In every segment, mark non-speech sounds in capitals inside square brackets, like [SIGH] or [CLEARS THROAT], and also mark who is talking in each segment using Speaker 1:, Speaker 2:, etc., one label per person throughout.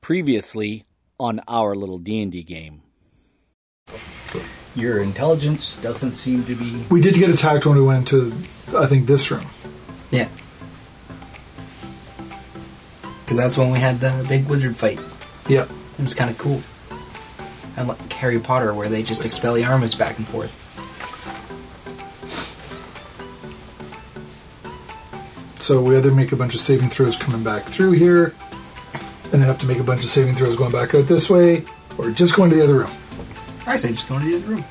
Speaker 1: previously on our little D&D game.
Speaker 2: Your intelligence doesn't seem to be.
Speaker 3: We did get attacked when we went to, I think, this room.
Speaker 4: Yeah. Because that's when we had the big wizard fight.
Speaker 3: Yep.
Speaker 4: It was kind of cool. I like Harry Potter, where they just expel the armors back and forth.
Speaker 3: So we either make a bunch of saving throws coming back through here, and then have to make a bunch of saving throws going back out this way, or just going to the other room.
Speaker 4: I say just go into the other room.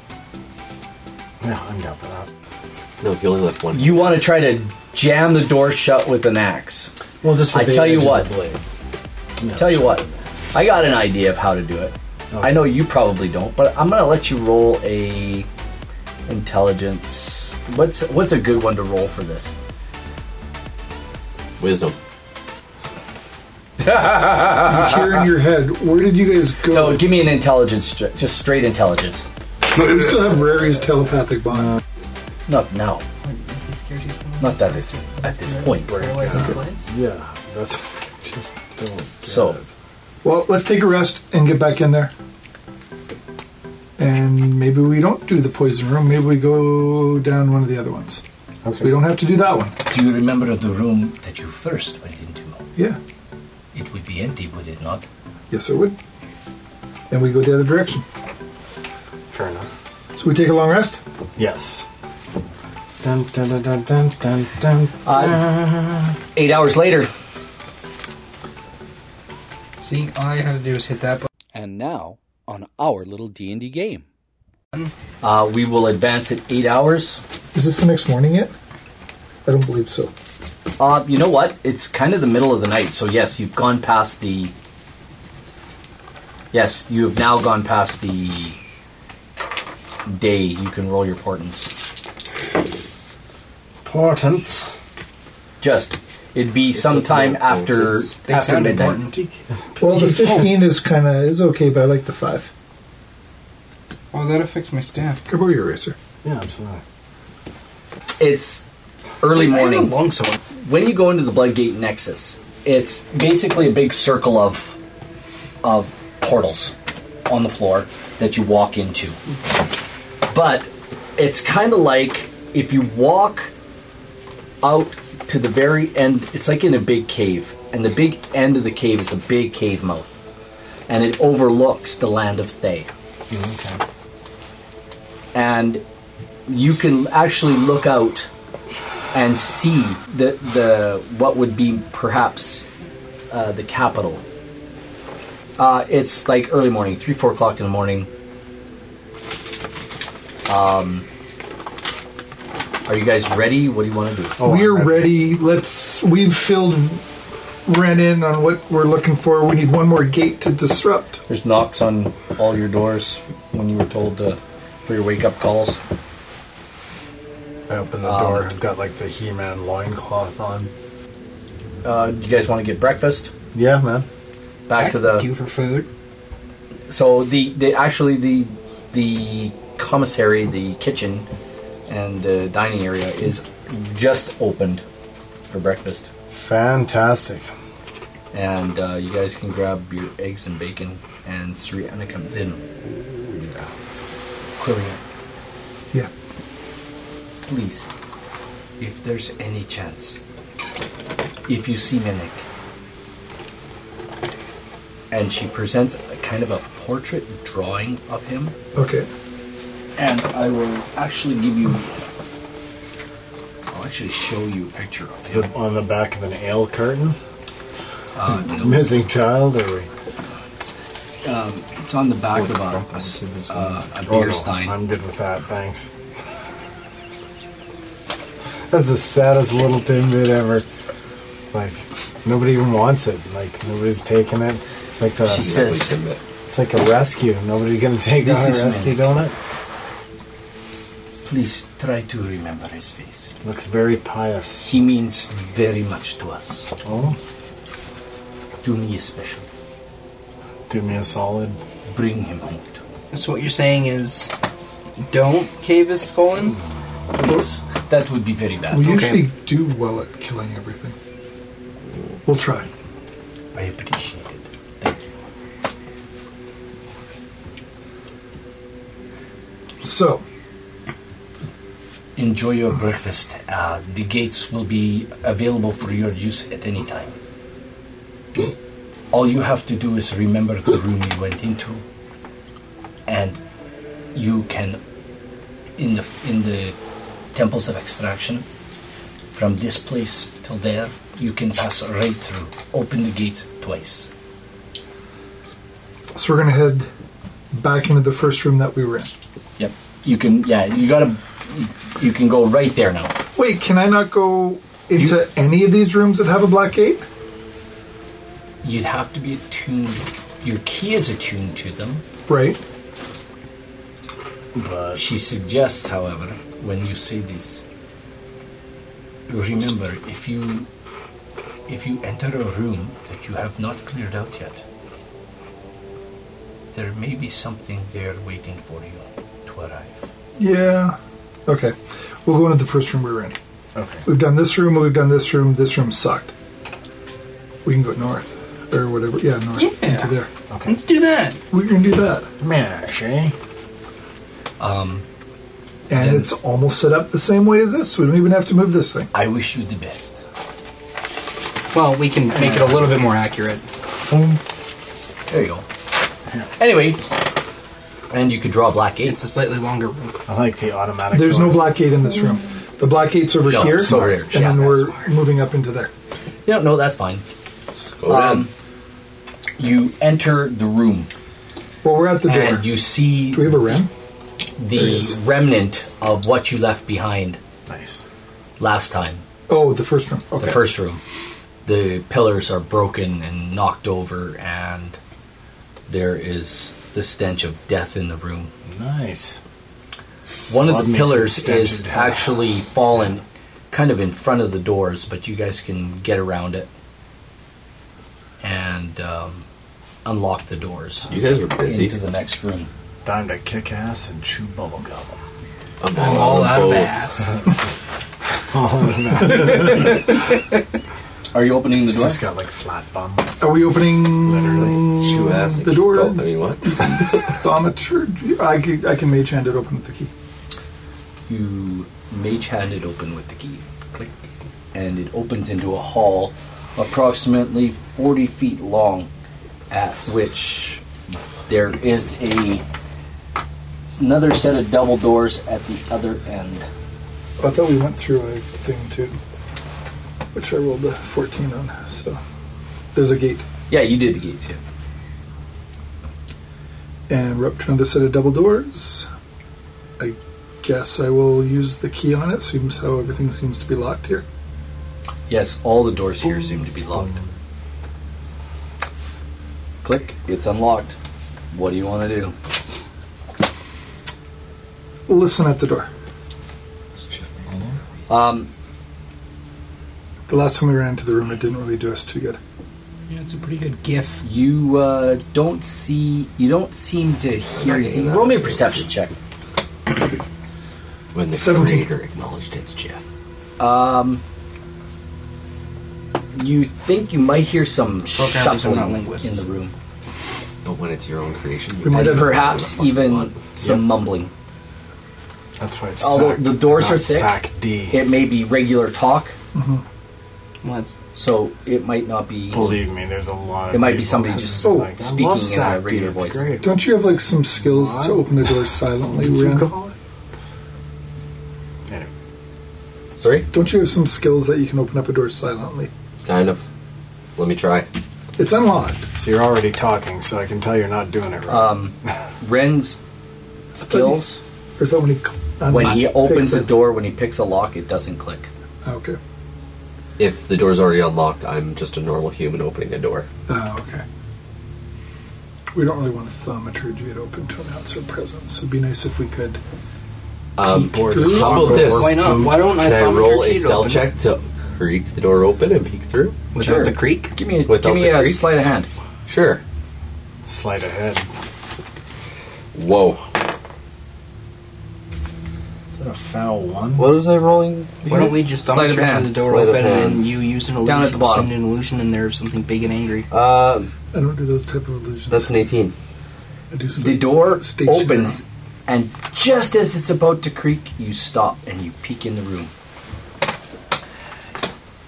Speaker 5: No, I'm down for that. No, you only left one.
Speaker 6: You want to try to jam the door shut with an axe.
Speaker 5: well, just
Speaker 6: I
Speaker 5: the
Speaker 6: tell you
Speaker 5: edge of
Speaker 6: what.
Speaker 5: the blade. No,
Speaker 6: Tell you
Speaker 5: sure.
Speaker 6: what, I got an idea of how to do it. I know you probably don't, but I'm gonna let you roll a intelligence. What's what's a good one to roll for this?
Speaker 5: Wisdom.
Speaker 3: here in your head, where did you guys go?
Speaker 6: No, give me an intelligence, str- just straight intelligence.
Speaker 3: we still have Rary's telepathic bond.
Speaker 6: Not now,
Speaker 4: What, is he scared he's gonna-
Speaker 6: not that it's at this point.
Speaker 4: Paralyze his legs?
Speaker 5: Yeah, that's just don't. Get
Speaker 6: So,
Speaker 5: it.
Speaker 3: Well, let's take a rest and get back in there. And maybe we don't do the poison room. Maybe we go down one of the other ones. So we don't have to do that one.
Speaker 2: Do you remember the room that you first went into?
Speaker 3: Yeah.
Speaker 2: It would be empty, would it not?
Speaker 3: Yes, it would. And we go the other direction.
Speaker 5: fair enough.
Speaker 3: So we take a long rest.
Speaker 5: Yes. Dun dun dun dun dun dun dun.
Speaker 6: eight hours later,
Speaker 4: See, all I had to do was hit that
Speaker 1: And now on our little D&D game.
Speaker 6: uh, we will advance at eight hours.
Speaker 3: Is this the next morning yet? I don't believe so.
Speaker 6: Uh, you know what? It's kind of the middle of the night, so yes, you've gone past the. Yes, you have now gone past the day. You can roll your portents.
Speaker 5: Portents.
Speaker 6: Just it'd be
Speaker 5: It's
Speaker 6: sometime
Speaker 5: a little
Speaker 6: after
Speaker 5: portents.
Speaker 4: They
Speaker 6: after
Speaker 4: sound
Speaker 6: midnight.
Speaker 4: important.
Speaker 3: Well, the 15 is kind of is okay, but I like the 5.
Speaker 4: Oh, that affects my staff.
Speaker 3: Can I borrow your eraser?
Speaker 5: Yeah, absolutely.
Speaker 6: It's early
Speaker 4: I have
Speaker 6: morning
Speaker 4: a long sword.
Speaker 6: when you go into the Bloodgate Nexus. It's basically a big circle of of portals on the floor that you walk into. But it's kind of like if you walk out to the very end, it's like in a big cave, and the big end of the cave is a big cave mouth, and it overlooks the land of Thay. And you can actually look out and see the the what would be perhaps uh, the capital. Uh, it's like early morning, three four o'clock in the morning. Um, are you guys ready? What do you want to do?
Speaker 3: we're ready. Let's. We've filled ran in on what we're looking for. We need one more gate to disrupt.
Speaker 6: There's knocks on all your doors when you were told to for your wake up calls.
Speaker 5: I open the door. I've got like the He-Man loincloth on.
Speaker 6: Uh, you guys want to get breakfast?
Speaker 5: Yeah, man.
Speaker 6: Back to
Speaker 4: Thank you
Speaker 6: the
Speaker 4: for food.
Speaker 6: so the, the actually the the commissary, the kitchen, and the dining area is just opened for breakfast,
Speaker 5: Fantastic.
Speaker 6: and uh, you guys can grab your eggs and bacon. And Sriana comes in. Quillian,
Speaker 3: Yeah.
Speaker 6: please, if there's any chance, if you see Minik. And she presents a kind of a portrait drawing of him,
Speaker 3: Okay.
Speaker 6: and I will actually give you. I'll actually show you a picture of
Speaker 5: Is
Speaker 6: him.
Speaker 5: it on the back of an ale carton?
Speaker 6: Uh, no,
Speaker 5: Missing child, or we?
Speaker 6: it's on the back of a, a s- uh, a
Speaker 5: Oh,
Speaker 6: beer
Speaker 5: no,
Speaker 6: stein.
Speaker 5: I'm good with that, thanks. That's the saddest little tidbit ever. Like nobody even wants it. Like nobody's taking it. It's like the
Speaker 6: she says,
Speaker 5: it's like a rescue. Nobody's gonna take
Speaker 6: This
Speaker 5: on
Speaker 6: is
Speaker 5: a rescue
Speaker 6: Mick.
Speaker 5: donut.
Speaker 6: "Please try to remember his face.
Speaker 5: Looks very pious.
Speaker 6: He means very much to us,
Speaker 5: Oh,
Speaker 6: to me especially.
Speaker 5: do me a solid.
Speaker 6: Bring him home." to me."
Speaker 4: So what you're saying is, don't cave his skull in.
Speaker 6: Please, that would be very bad.
Speaker 3: We
Speaker 4: Okay.
Speaker 3: usually do well at killing everything. We'll try.
Speaker 6: I appreciate it. Thank you.
Speaker 3: So,
Speaker 6: Enjoy your breakfast. Uh, the gates will be available for your use at any time. All you have to do is remember the room you went into, and you can, in the in the temples of extraction, from this place till there, you can pass right through. Open the gates twice.
Speaker 3: so we're gonna head back into the first room that we were in.
Speaker 7: Yep. You can. Yeah. You gotta. You can go right there now.
Speaker 3: Wait, can I not go into any of these rooms that have a black gate?
Speaker 6: You'd have to be attuned. Your key is attuned to them.
Speaker 3: Right.
Speaker 6: She suggests, however, when you say this, remember if you if you enter a room that you have not cleared out yet, there may be something there waiting for you to arrive.
Speaker 3: Yeah. Okay. We'll go into the first room we were in.
Speaker 5: Okay.
Speaker 3: We've done this room, we've done this room, this room sucked. We can go north. Or whatever. Yeah, north.
Speaker 4: Yeah.
Speaker 3: Into there.
Speaker 5: Okay.
Speaker 4: Let's do that.
Speaker 3: We can do that.
Speaker 5: Mash, eh?
Speaker 6: Um,
Speaker 3: And
Speaker 6: Then-
Speaker 3: it's almost set up the same way as this. so we don't even have to move this thing.
Speaker 6: I wish you the best.
Speaker 4: Well, we can make it a little bit more accurate.
Speaker 5: Boom.
Speaker 6: There you go. Anyway, and you could draw black eight.
Speaker 4: It's a slightly longer room.
Speaker 5: I like the automatic.
Speaker 3: There's no
Speaker 5: doors.
Speaker 3: black gate in this room. The black gate's over
Speaker 6: No,
Speaker 3: here.
Speaker 6: it's over here.
Speaker 3: And
Speaker 6: Yeah,
Speaker 3: then
Speaker 6: that's
Speaker 3: we're moving up into there.
Speaker 6: Yeah, no, that's fine.
Speaker 7: Go
Speaker 6: Um, you enter the room
Speaker 3: Well, we're at the door.
Speaker 6: and you see
Speaker 3: do we have a rim?
Speaker 6: the remnant of what you left behind
Speaker 5: Nice.
Speaker 6: last time.
Speaker 3: Oh, the first room. Okay.
Speaker 6: the first room. The pillars are broken and knocked over, and there is the stench of death in the room.
Speaker 5: Nice.
Speaker 6: One of
Speaker 5: Blood
Speaker 6: the
Speaker 5: makes the
Speaker 6: pillars
Speaker 5: stench of
Speaker 6: is
Speaker 5: death.
Speaker 6: actually fallen kind of in front of the doors, but you guys can get around it and um, unlock the doors
Speaker 8: You guys were busy.
Speaker 6: into the next room.
Speaker 5: Time to kick ass and chew bubblegum.
Speaker 8: I'm
Speaker 6: Oh,
Speaker 4: I'm all out of ass.
Speaker 7: Are you opening the
Speaker 5: It's
Speaker 7: door?
Speaker 5: just got like flat bum.
Speaker 3: Are we opening
Speaker 5: Literally.
Speaker 8: Chew ass. and
Speaker 3: the
Speaker 8: keep
Speaker 3: door?
Speaker 8: going. I mean, what?
Speaker 3: Thaumaturgy? I can, I can mage hand it open with the key.
Speaker 6: You mage hand it open with the key. Click. And it opens into a hall approximately 40 feet long, at which there is a another set of double doors at the other end.
Speaker 3: I thought we went through a thing too, which I rolled a 14 on. So there's a gate,
Speaker 6: Yeah, you did the gates, yeah.
Speaker 3: and we're up to another set of double doors. I guess I will use the key on it. Seems how everything seems to be locked here.
Speaker 6: Yes, all the doors here seem to be locked. Click, it's unlocked. What do you want to do?
Speaker 3: Listen at the door.
Speaker 6: Um,
Speaker 3: The last time we ran into the room, it didn't really do us too good.
Speaker 4: Yeah, it's a pretty good gif.
Speaker 6: you uh, don't see, you don't seem to hear anything. Roll me a perception check.
Speaker 8: When the
Speaker 3: 17.
Speaker 8: creator acknowledged it's Jeff.
Speaker 6: Um, you think you might hear some
Speaker 4: Programmers are
Speaker 6: shuffling
Speaker 4: not
Speaker 6: in
Speaker 4: linguists.
Speaker 6: the room,
Speaker 8: But when it's your own creation, you
Speaker 3: We might
Speaker 8: really
Speaker 6: and
Speaker 3: have-
Speaker 8: don't know
Speaker 6: perhaps
Speaker 8: what the fuck you
Speaker 6: even
Speaker 8: want.
Speaker 6: some
Speaker 5: Yep.
Speaker 6: mumbling.
Speaker 5: That's why it's.
Speaker 6: Although
Speaker 5: sack-
Speaker 6: the doors
Speaker 5: not
Speaker 6: are thick.
Speaker 5: Sack D.
Speaker 6: It may be regular talk,
Speaker 4: Let's
Speaker 6: so it might not be.
Speaker 5: Believe me, there's a lot. Of
Speaker 6: It might be
Speaker 5: people
Speaker 6: somebody
Speaker 5: that
Speaker 6: just
Speaker 5: are I
Speaker 6: speaking
Speaker 5: love
Speaker 6: in a
Speaker 5: sack D,
Speaker 6: regular
Speaker 5: it's
Speaker 6: voice.
Speaker 5: Great.
Speaker 3: Don't you have like some skills to open the door silently,
Speaker 5: you
Speaker 3: Ren?
Speaker 5: call it? Anyway,
Speaker 8: Sorry?
Speaker 3: Don't you have some skills that you can open up a door silently?
Speaker 8: Kind of. Let me try.
Speaker 3: It's unlocked.
Speaker 5: so you're already talking, so I can tell you're not doing it right.
Speaker 6: Um, Ren's skills
Speaker 3: Or is that when he cl-
Speaker 6: when
Speaker 3: unlocks-
Speaker 6: he opens
Speaker 3: picks
Speaker 6: the
Speaker 3: it?
Speaker 6: door when he picks a lock, it doesn't click.
Speaker 3: Ah, Okay.
Speaker 8: If the door's already unlocked, I'm just a normal human opening a door.
Speaker 3: Oh, okay. We don't really want to thaumaturgy it open to announce our presence. It'd be nice if we could.
Speaker 8: Um,
Speaker 5: Board
Speaker 3: through?
Speaker 5: is
Speaker 8: how about
Speaker 5: locked
Speaker 8: this?
Speaker 5: over.
Speaker 4: Why not? Why don't I
Speaker 8: Can I
Speaker 4: thumb
Speaker 8: roll
Speaker 4: your
Speaker 8: a
Speaker 4: key to
Speaker 8: stealth
Speaker 4: open it?
Speaker 8: check to creak the door open and peek through?
Speaker 4: without
Speaker 6: Sure.
Speaker 4: the creek.
Speaker 6: Give me a
Speaker 8: Without
Speaker 6: give me
Speaker 8: the
Speaker 6: a
Speaker 8: creak?
Speaker 6: sleight of hand.
Speaker 8: Sure.
Speaker 5: Slide ahead.
Speaker 8: Whoa.
Speaker 5: Is that a foul one?
Speaker 8: What was I rolling?
Speaker 4: Why don't we just thumb
Speaker 6: Sleight of
Speaker 4: it to
Speaker 6: hand.
Speaker 4: the door
Speaker 8: Sleight of
Speaker 4: open and
Speaker 8: hand.
Speaker 4: you use an illusion,
Speaker 6: Down at the bottom.
Speaker 4: send an illusion, and there's something big and angry.
Speaker 8: Uh,
Speaker 3: I don't do those type of illusions.
Speaker 8: that's an 18.
Speaker 3: I do stuff
Speaker 6: The door
Speaker 3: stationary.
Speaker 6: opens And just as it's about to creak, you stop and you peek in the room.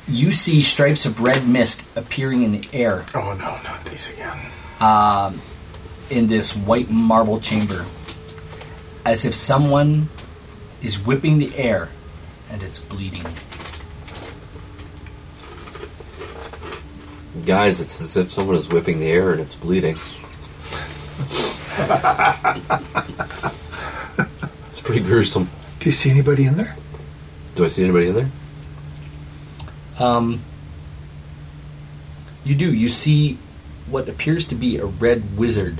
Speaker 6: You see stripes of red mist appearing in the air
Speaker 5: Oh no, not these again.
Speaker 6: in this white marble chamber, as if someone is whipping the air and it's bleeding.
Speaker 8: Guys, it's as if someone is whipping the air and it's bleeding. it's pretty gruesome.
Speaker 3: Do you see anybody in there?
Speaker 8: Do I see anybody in there?
Speaker 6: Um, you do. You see what appears to be a red wizard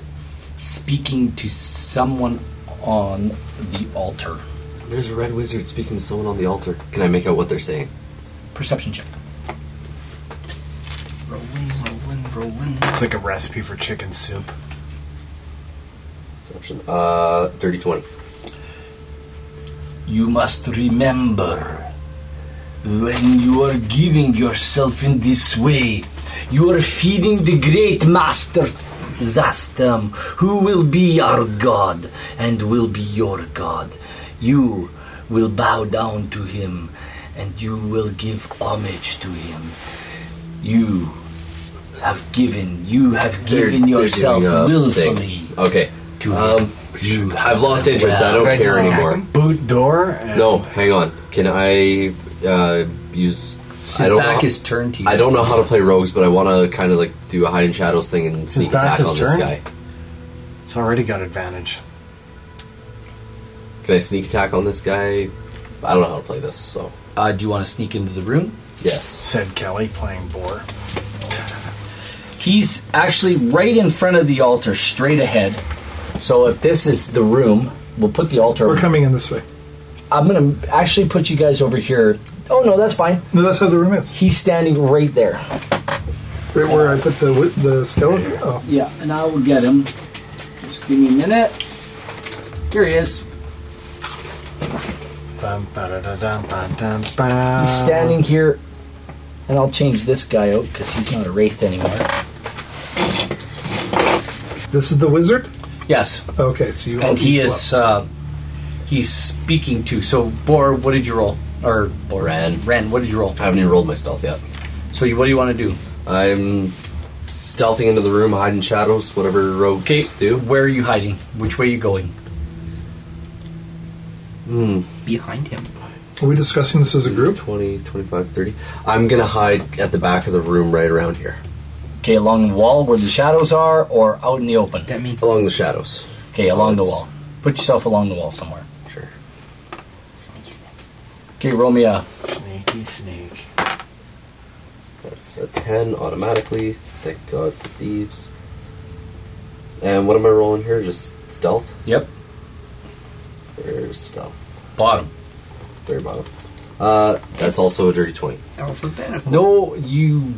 Speaker 6: speaking to someone on the altar.
Speaker 8: There's a red wizard speaking to someone on the altar. Can I make out what they're saying?
Speaker 6: Perception check.
Speaker 4: Rolling, rolling, rolling.
Speaker 5: It's like a recipe for chicken soup.
Speaker 8: Perception. Uh, 30 20.
Speaker 6: You must remember when you are giving yourself in this way, you are feeding the great master Zastam, who will be our god and will be your god. You will bow down to him and you will give homage to him. You have given, you have
Speaker 8: They're-
Speaker 6: given
Speaker 8: they're
Speaker 6: yourself
Speaker 8: doing a
Speaker 6: willfully
Speaker 8: thing. Okay.
Speaker 6: to
Speaker 8: Um,
Speaker 6: him. You
Speaker 8: I've lost interest. I
Speaker 4: Should I
Speaker 8: don't
Speaker 4: just
Speaker 8: care
Speaker 4: attack
Speaker 8: anymore.
Speaker 4: him?
Speaker 5: Boot door. And
Speaker 8: No, hang on. Can I uh, use? I
Speaker 6: His
Speaker 8: don't
Speaker 6: back
Speaker 8: know,
Speaker 6: is turned to you.
Speaker 8: I don't know how to play rogues, but I want to kind of like do a hide and shadows thing and sneak
Speaker 5: back
Speaker 8: attack
Speaker 5: is
Speaker 8: on
Speaker 5: turned?
Speaker 8: this guy.
Speaker 5: It's already got advantage.
Speaker 8: Can I sneak attack on this guy? I don't know how to play this, so
Speaker 6: Uh, do you want to sneak into the room?
Speaker 8: yes.
Speaker 5: Said Kelly playing boar.
Speaker 6: He's actually right in front of the altar, straight ahead. So if this is the room, we'll put the altar.
Speaker 3: We're coming in this way.
Speaker 6: I'm going to actually put you guys over here. Oh no, that's fine.
Speaker 3: No, that's how the room is.
Speaker 6: He's standing right there.
Speaker 3: Right where I put the wi- the skeleton. Oh,
Speaker 6: Yeah, and I will get him. Just give me a minute. Here he is.
Speaker 5: Bum, ba-da-da-dum, ba-dum,
Speaker 6: He's
Speaker 5: bum.
Speaker 6: standing here, and I'll change this guy out because he's not a wraith anymore.
Speaker 3: this is the wizard.
Speaker 6: Yes,
Speaker 3: Okay, so you.
Speaker 6: and he
Speaker 3: you
Speaker 6: is uh, he's speaking to. So, Bor, what did you roll? Or Bor
Speaker 8: Ren.
Speaker 6: Ren, what did you roll?
Speaker 8: I haven't even rolled my stealth yet.
Speaker 6: So, you, what do you want to do?
Speaker 8: I'm stealthing into the room, hiding shadows, whatever rogues
Speaker 6: Okay,
Speaker 8: do.
Speaker 6: where are you hiding? Which way are you going?
Speaker 4: Behind him.
Speaker 3: slept. Are we discussing this as a group?
Speaker 8: 20, 25, 30. I'm gonna hide at the back of the room right around here.
Speaker 6: Okay, along the wall where the shadows are, or out in the open?
Speaker 4: That means
Speaker 8: Along the shadows.
Speaker 6: Okay, along the
Speaker 8: Let's-
Speaker 6: wall. Put yourself along the wall somewhere.
Speaker 8: Sure.
Speaker 4: sneaky snake.
Speaker 6: Okay, roll me a.
Speaker 5: Sneaky snake.
Speaker 8: That's a 10 automatically. Thank God for thieves. And what am I rolling here? Just stealth?
Speaker 6: Yep,
Speaker 8: There's stealth.
Speaker 6: bottom.
Speaker 8: Very bottom. Uh, that's also a dirty 20.
Speaker 4: Alphabetical.
Speaker 6: No, you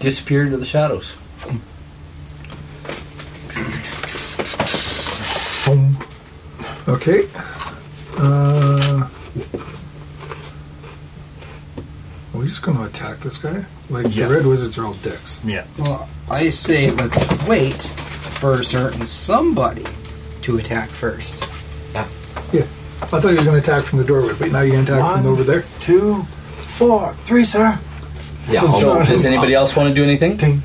Speaker 6: disappear into the shadows.
Speaker 3: Boom. Okay. Uh, are we just going to attack this guy? Like
Speaker 5: Yeah.
Speaker 3: the red wizards are all dicks.
Speaker 5: Yeah.
Speaker 4: Well, I say let's wait for a certain somebody to attack first.
Speaker 3: I thought he was going to attack from the doorway, but now you're going to attack
Speaker 5: One,
Speaker 3: from over there.
Speaker 5: Two, four, three, sir.
Speaker 8: Yeah,
Speaker 6: So,
Speaker 8: I'll
Speaker 6: Oh, does anybody else want to do anything?
Speaker 5: Ding.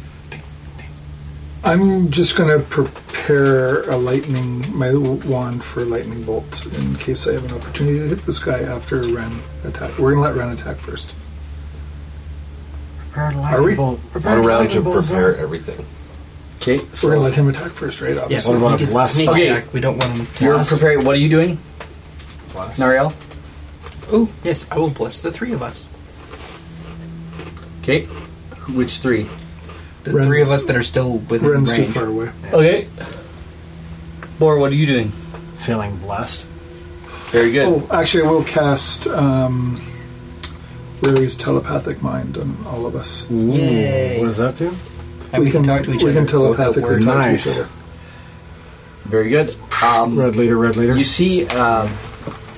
Speaker 3: I'm just going to prepare a lightning my wand for a lightning bolt in case I have an opportunity to hit this guy after Ren attack. We're going to let Ren attack first.
Speaker 5: Prepare to
Speaker 3: Are we?
Speaker 5: lightning bolt. Prepare to
Speaker 8: around
Speaker 5: lightning
Speaker 8: you
Speaker 5: bolt, sir.
Speaker 8: prepare everything.
Speaker 6: Okay,
Speaker 3: We're going to let him attack first, right?
Speaker 4: Yeah,
Speaker 3: Obviously.
Speaker 5: What about
Speaker 4: he
Speaker 5: a
Speaker 4: gets
Speaker 5: blast
Speaker 4: sneak
Speaker 5: spot?
Speaker 4: attack. We don't want him to.
Speaker 6: You're
Speaker 5: Blast.
Speaker 6: preparing. What are you doing,
Speaker 5: Blast.
Speaker 6: Nariel?
Speaker 4: Oh, yes, I will bless the three of us.
Speaker 6: Okay, which three?
Speaker 4: The
Speaker 3: Ren's-
Speaker 4: three of us that are still within
Speaker 3: Ren's too
Speaker 4: range.
Speaker 3: far away.
Speaker 6: Okay. Bor, what are you doing?
Speaker 5: Feeling blessed.
Speaker 6: Very good.
Speaker 3: Oh, actually, I will cast um, Riri's telepathic mind on all of us.
Speaker 4: Yay.
Speaker 5: What does that do?
Speaker 4: And we can, talk to each
Speaker 3: we
Speaker 4: other.
Speaker 3: can
Speaker 4: without
Speaker 3: telepathically
Speaker 4: words.
Speaker 3: talk to
Speaker 5: Nice.
Speaker 3: each other.
Speaker 6: Very good. Um,
Speaker 5: Red leader, red leader.
Speaker 6: You see, um,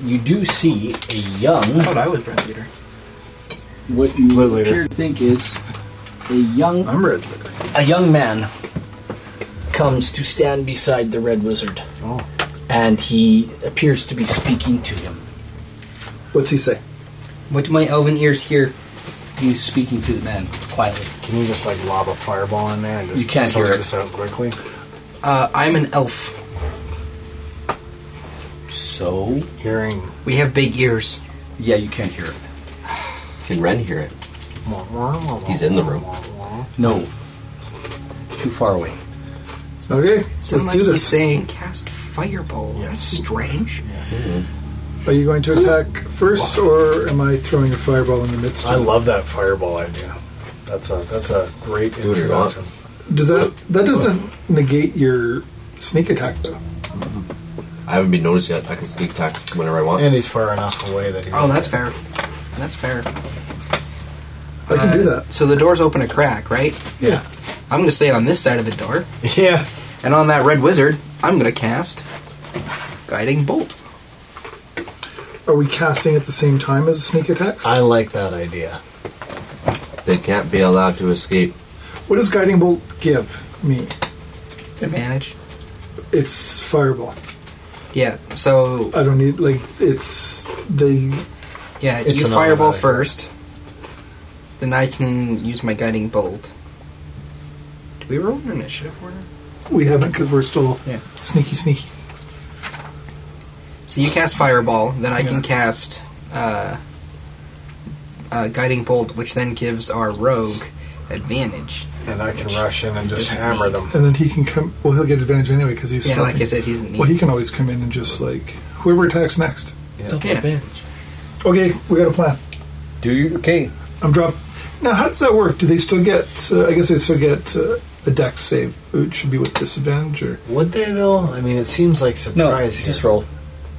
Speaker 6: you do see a
Speaker 4: I
Speaker 6: young.
Speaker 4: thought I was red leader.
Speaker 6: What you
Speaker 5: Blue leader.
Speaker 6: appear to think is a young
Speaker 3: I'm red.
Speaker 6: a young man comes to stand beside the red wizard.
Speaker 5: Oh.
Speaker 9: and he appears to be speaking to him.
Speaker 3: What's he say?
Speaker 4: What do my elven ears hear?
Speaker 6: He's speaking to the man quietly.
Speaker 5: Can you just like lob a fireball in there and just
Speaker 6: You can't
Speaker 5: sort
Speaker 6: hear it.
Speaker 5: this out quickly?
Speaker 4: Uh, I'm an elf.
Speaker 6: So
Speaker 5: Hearing
Speaker 4: We have big ears.
Speaker 6: yeah, you can't hear it.
Speaker 8: Can Ren hear it? He's in the room.
Speaker 6: No, too far away.
Speaker 3: Okay, let's
Speaker 4: Sounds like
Speaker 3: do
Speaker 4: he's
Speaker 3: this.
Speaker 4: saying cast fireball.
Speaker 5: Yes.
Speaker 4: That's strange.
Speaker 3: Are you going to attack first, or am I throwing a fireball in the midst?
Speaker 5: I love that fireball idea. That's a that's a great
Speaker 8: it or not.
Speaker 5: introduction.
Speaker 3: Does that that doesn't negate your sneak attack though?
Speaker 8: I haven't been noticed yet. I can sneak attack whenever I want.
Speaker 5: And he's far enough away that he.
Speaker 4: Oh, that's fair. That's fair. Uh,
Speaker 3: I can do
Speaker 5: Uh,
Speaker 3: that.
Speaker 4: So the door's open a crack, right?
Speaker 3: Yeah.
Speaker 4: I'm going to stay on this side of the door,
Speaker 5: [LAUGHS] yeah.
Speaker 4: and on that red wizard, I'm going to cast guiding bolt.
Speaker 3: Are we casting at the same time as sneak attacks?
Speaker 5: I like that idea.
Speaker 8: They can't be allowed to escape.
Speaker 3: what does guiding bolt give me?
Speaker 4: Advantage.
Speaker 3: It's fireball.
Speaker 4: Yeah. So
Speaker 3: I don't need like it's they.
Speaker 4: yeah,
Speaker 5: It's
Speaker 4: you
Speaker 5: an
Speaker 4: fireball
Speaker 5: automatic.
Speaker 4: first, then I can use my guiding bolt. Do we roll an initiative order?
Speaker 3: We haven't because we're still
Speaker 4: Yeah.
Speaker 3: sneaky, sneaky.
Speaker 4: So you cast Fireball, then I
Speaker 3: Yeah.
Speaker 4: can cast uh, uh, Guiding Bolt, which then gives our rogue advantage.
Speaker 5: And I can rush in and just hammer them.
Speaker 3: And then he can come. Well, he'll get advantage anyway because he's.
Speaker 4: yeah, like I
Speaker 3: stealthy.
Speaker 4: said, he's in
Speaker 3: Well, he can always come in and just like whoever attacks next.
Speaker 4: Double advantage.
Speaker 3: Okay, we got a plan.
Speaker 6: Do you okay?
Speaker 3: I'm drop. Now, how does that work? Do they still get? Uh, I guess they still get uh, a dex save. It should be with disadvantage, or
Speaker 5: Would they though? I mean, it seems like surprise.
Speaker 6: No,
Speaker 5: here.
Speaker 6: just roll.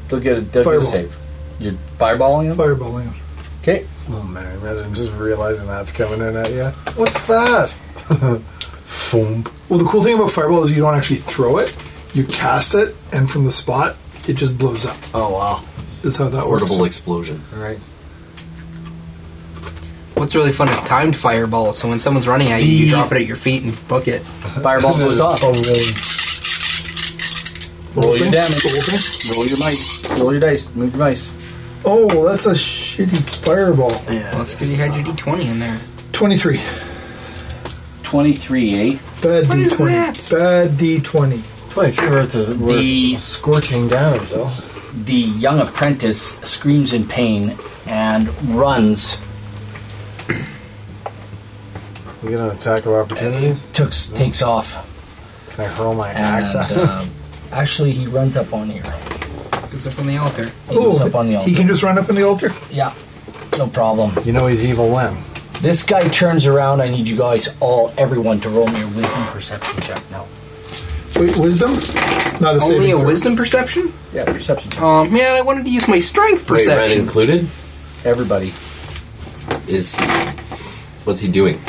Speaker 6: They'll get a, they'll get a
Speaker 3: Fireball.
Speaker 6: save. You're fireballing him.
Speaker 3: fireballing.
Speaker 6: Okay.
Speaker 5: Oh man, imagine just realizing that's coming in at you. What's that? [LAUGHS] Foom.
Speaker 3: Well, the cool thing about fireball is you don't actually throw it; you cast it, and from the spot, it just blows up.
Speaker 5: Oh wow.
Speaker 3: Is how that
Speaker 8: Portable
Speaker 3: works.
Speaker 8: explosion.
Speaker 5: All right.
Speaker 4: What's really fun is timed Fireball, so when someone's running at you, you drop it at your feet and book it.
Speaker 6: Fireball goes off.
Speaker 5: Oh really?
Speaker 3: Roll
Speaker 6: your
Speaker 3: thing?
Speaker 6: damage.
Speaker 3: The whole thing?
Speaker 6: Roll your mice. Roll your dice. Move your mice.
Speaker 3: Oh, well, that's a shitty fireball.
Speaker 4: Well, that's because you had your d20 in there.
Speaker 3: Twenty-three.
Speaker 6: Twenty-three, eh?
Speaker 3: Bad
Speaker 4: What
Speaker 3: D
Speaker 4: is
Speaker 3: twenty.
Speaker 4: that?
Speaker 3: Bad D twenty.
Speaker 5: Twenty-three worth is worth
Speaker 6: The-
Speaker 5: scorching damage though.
Speaker 6: The young apprentice screams in pain and runs.
Speaker 5: We get an attack of opportunity.
Speaker 6: Tooks, takes off.
Speaker 5: Can I hurl my axe?
Speaker 6: And
Speaker 5: At
Speaker 6: um, actually, he runs up on here.
Speaker 4: It's up on the altar.
Speaker 6: He goes up on the altar.
Speaker 3: He can just run up on the altar.
Speaker 6: yeah, no problem.
Speaker 5: you know he's evil when.
Speaker 6: This guy turns around. I need you guys, all, everyone, to roll me a wisdom perception check now.
Speaker 3: Wait, wisdom? Not a
Speaker 4: Only
Speaker 3: saving
Speaker 4: a
Speaker 3: throw.
Speaker 4: wisdom perception?
Speaker 6: Yeah, perception check.
Speaker 4: Oh man, I wanted to use my strength
Speaker 8: Wait, Ren
Speaker 4: perception.
Speaker 8: included?
Speaker 6: Everybody.
Speaker 8: Is what's he doing?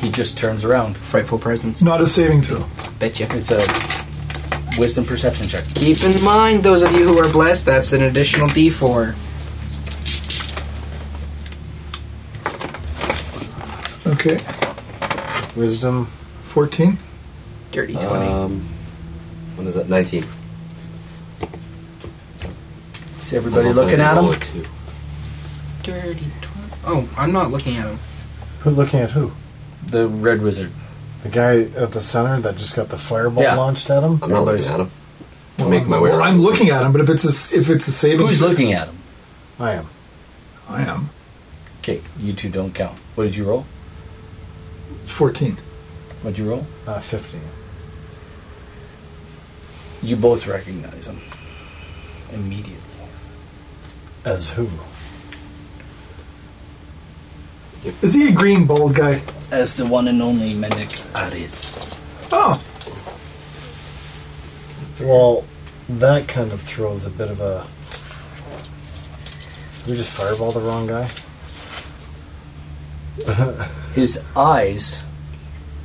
Speaker 6: He just turns around.
Speaker 4: Frightful presence.
Speaker 3: Not a saving throw.
Speaker 4: Betcha.
Speaker 6: It's a wisdom perception check.
Speaker 4: Keep in mind, those of you who are blessed, that's an additional d4.
Speaker 3: Okay,
Speaker 5: Wisdom.
Speaker 3: fourteen.
Speaker 4: Dirty 20.
Speaker 6: Uh,
Speaker 8: Um, what is that? 19.
Speaker 6: Is everybody looking at him?
Speaker 4: Dirty 20. Oh, I'm not looking at him.
Speaker 5: Who looking at who?
Speaker 6: The red wizard.
Speaker 5: The guy at the center that just got the fireball
Speaker 6: Yeah.
Speaker 5: launched at him.
Speaker 8: I'm not looking at him. I'm making my way
Speaker 3: Well, I'm
Speaker 8: around.
Speaker 3: looking at him, but if it's a, s- if it's a saving,
Speaker 6: Who's
Speaker 3: throw-
Speaker 6: looking at him?
Speaker 5: I am.
Speaker 3: I am
Speaker 6: Okay, you two don't count. What did you roll?
Speaker 3: fourteen.
Speaker 6: What'd you roll?
Speaker 5: Uh, Fifty.
Speaker 6: You both recognize him immediately.
Speaker 5: As who?
Speaker 3: Is he a green bald guy?
Speaker 6: As the one and only Mendic Ares.
Speaker 3: Oh,
Speaker 5: Well, that kind of throws a bit of a. Did we just fireball the wrong guy?
Speaker 6: His eyes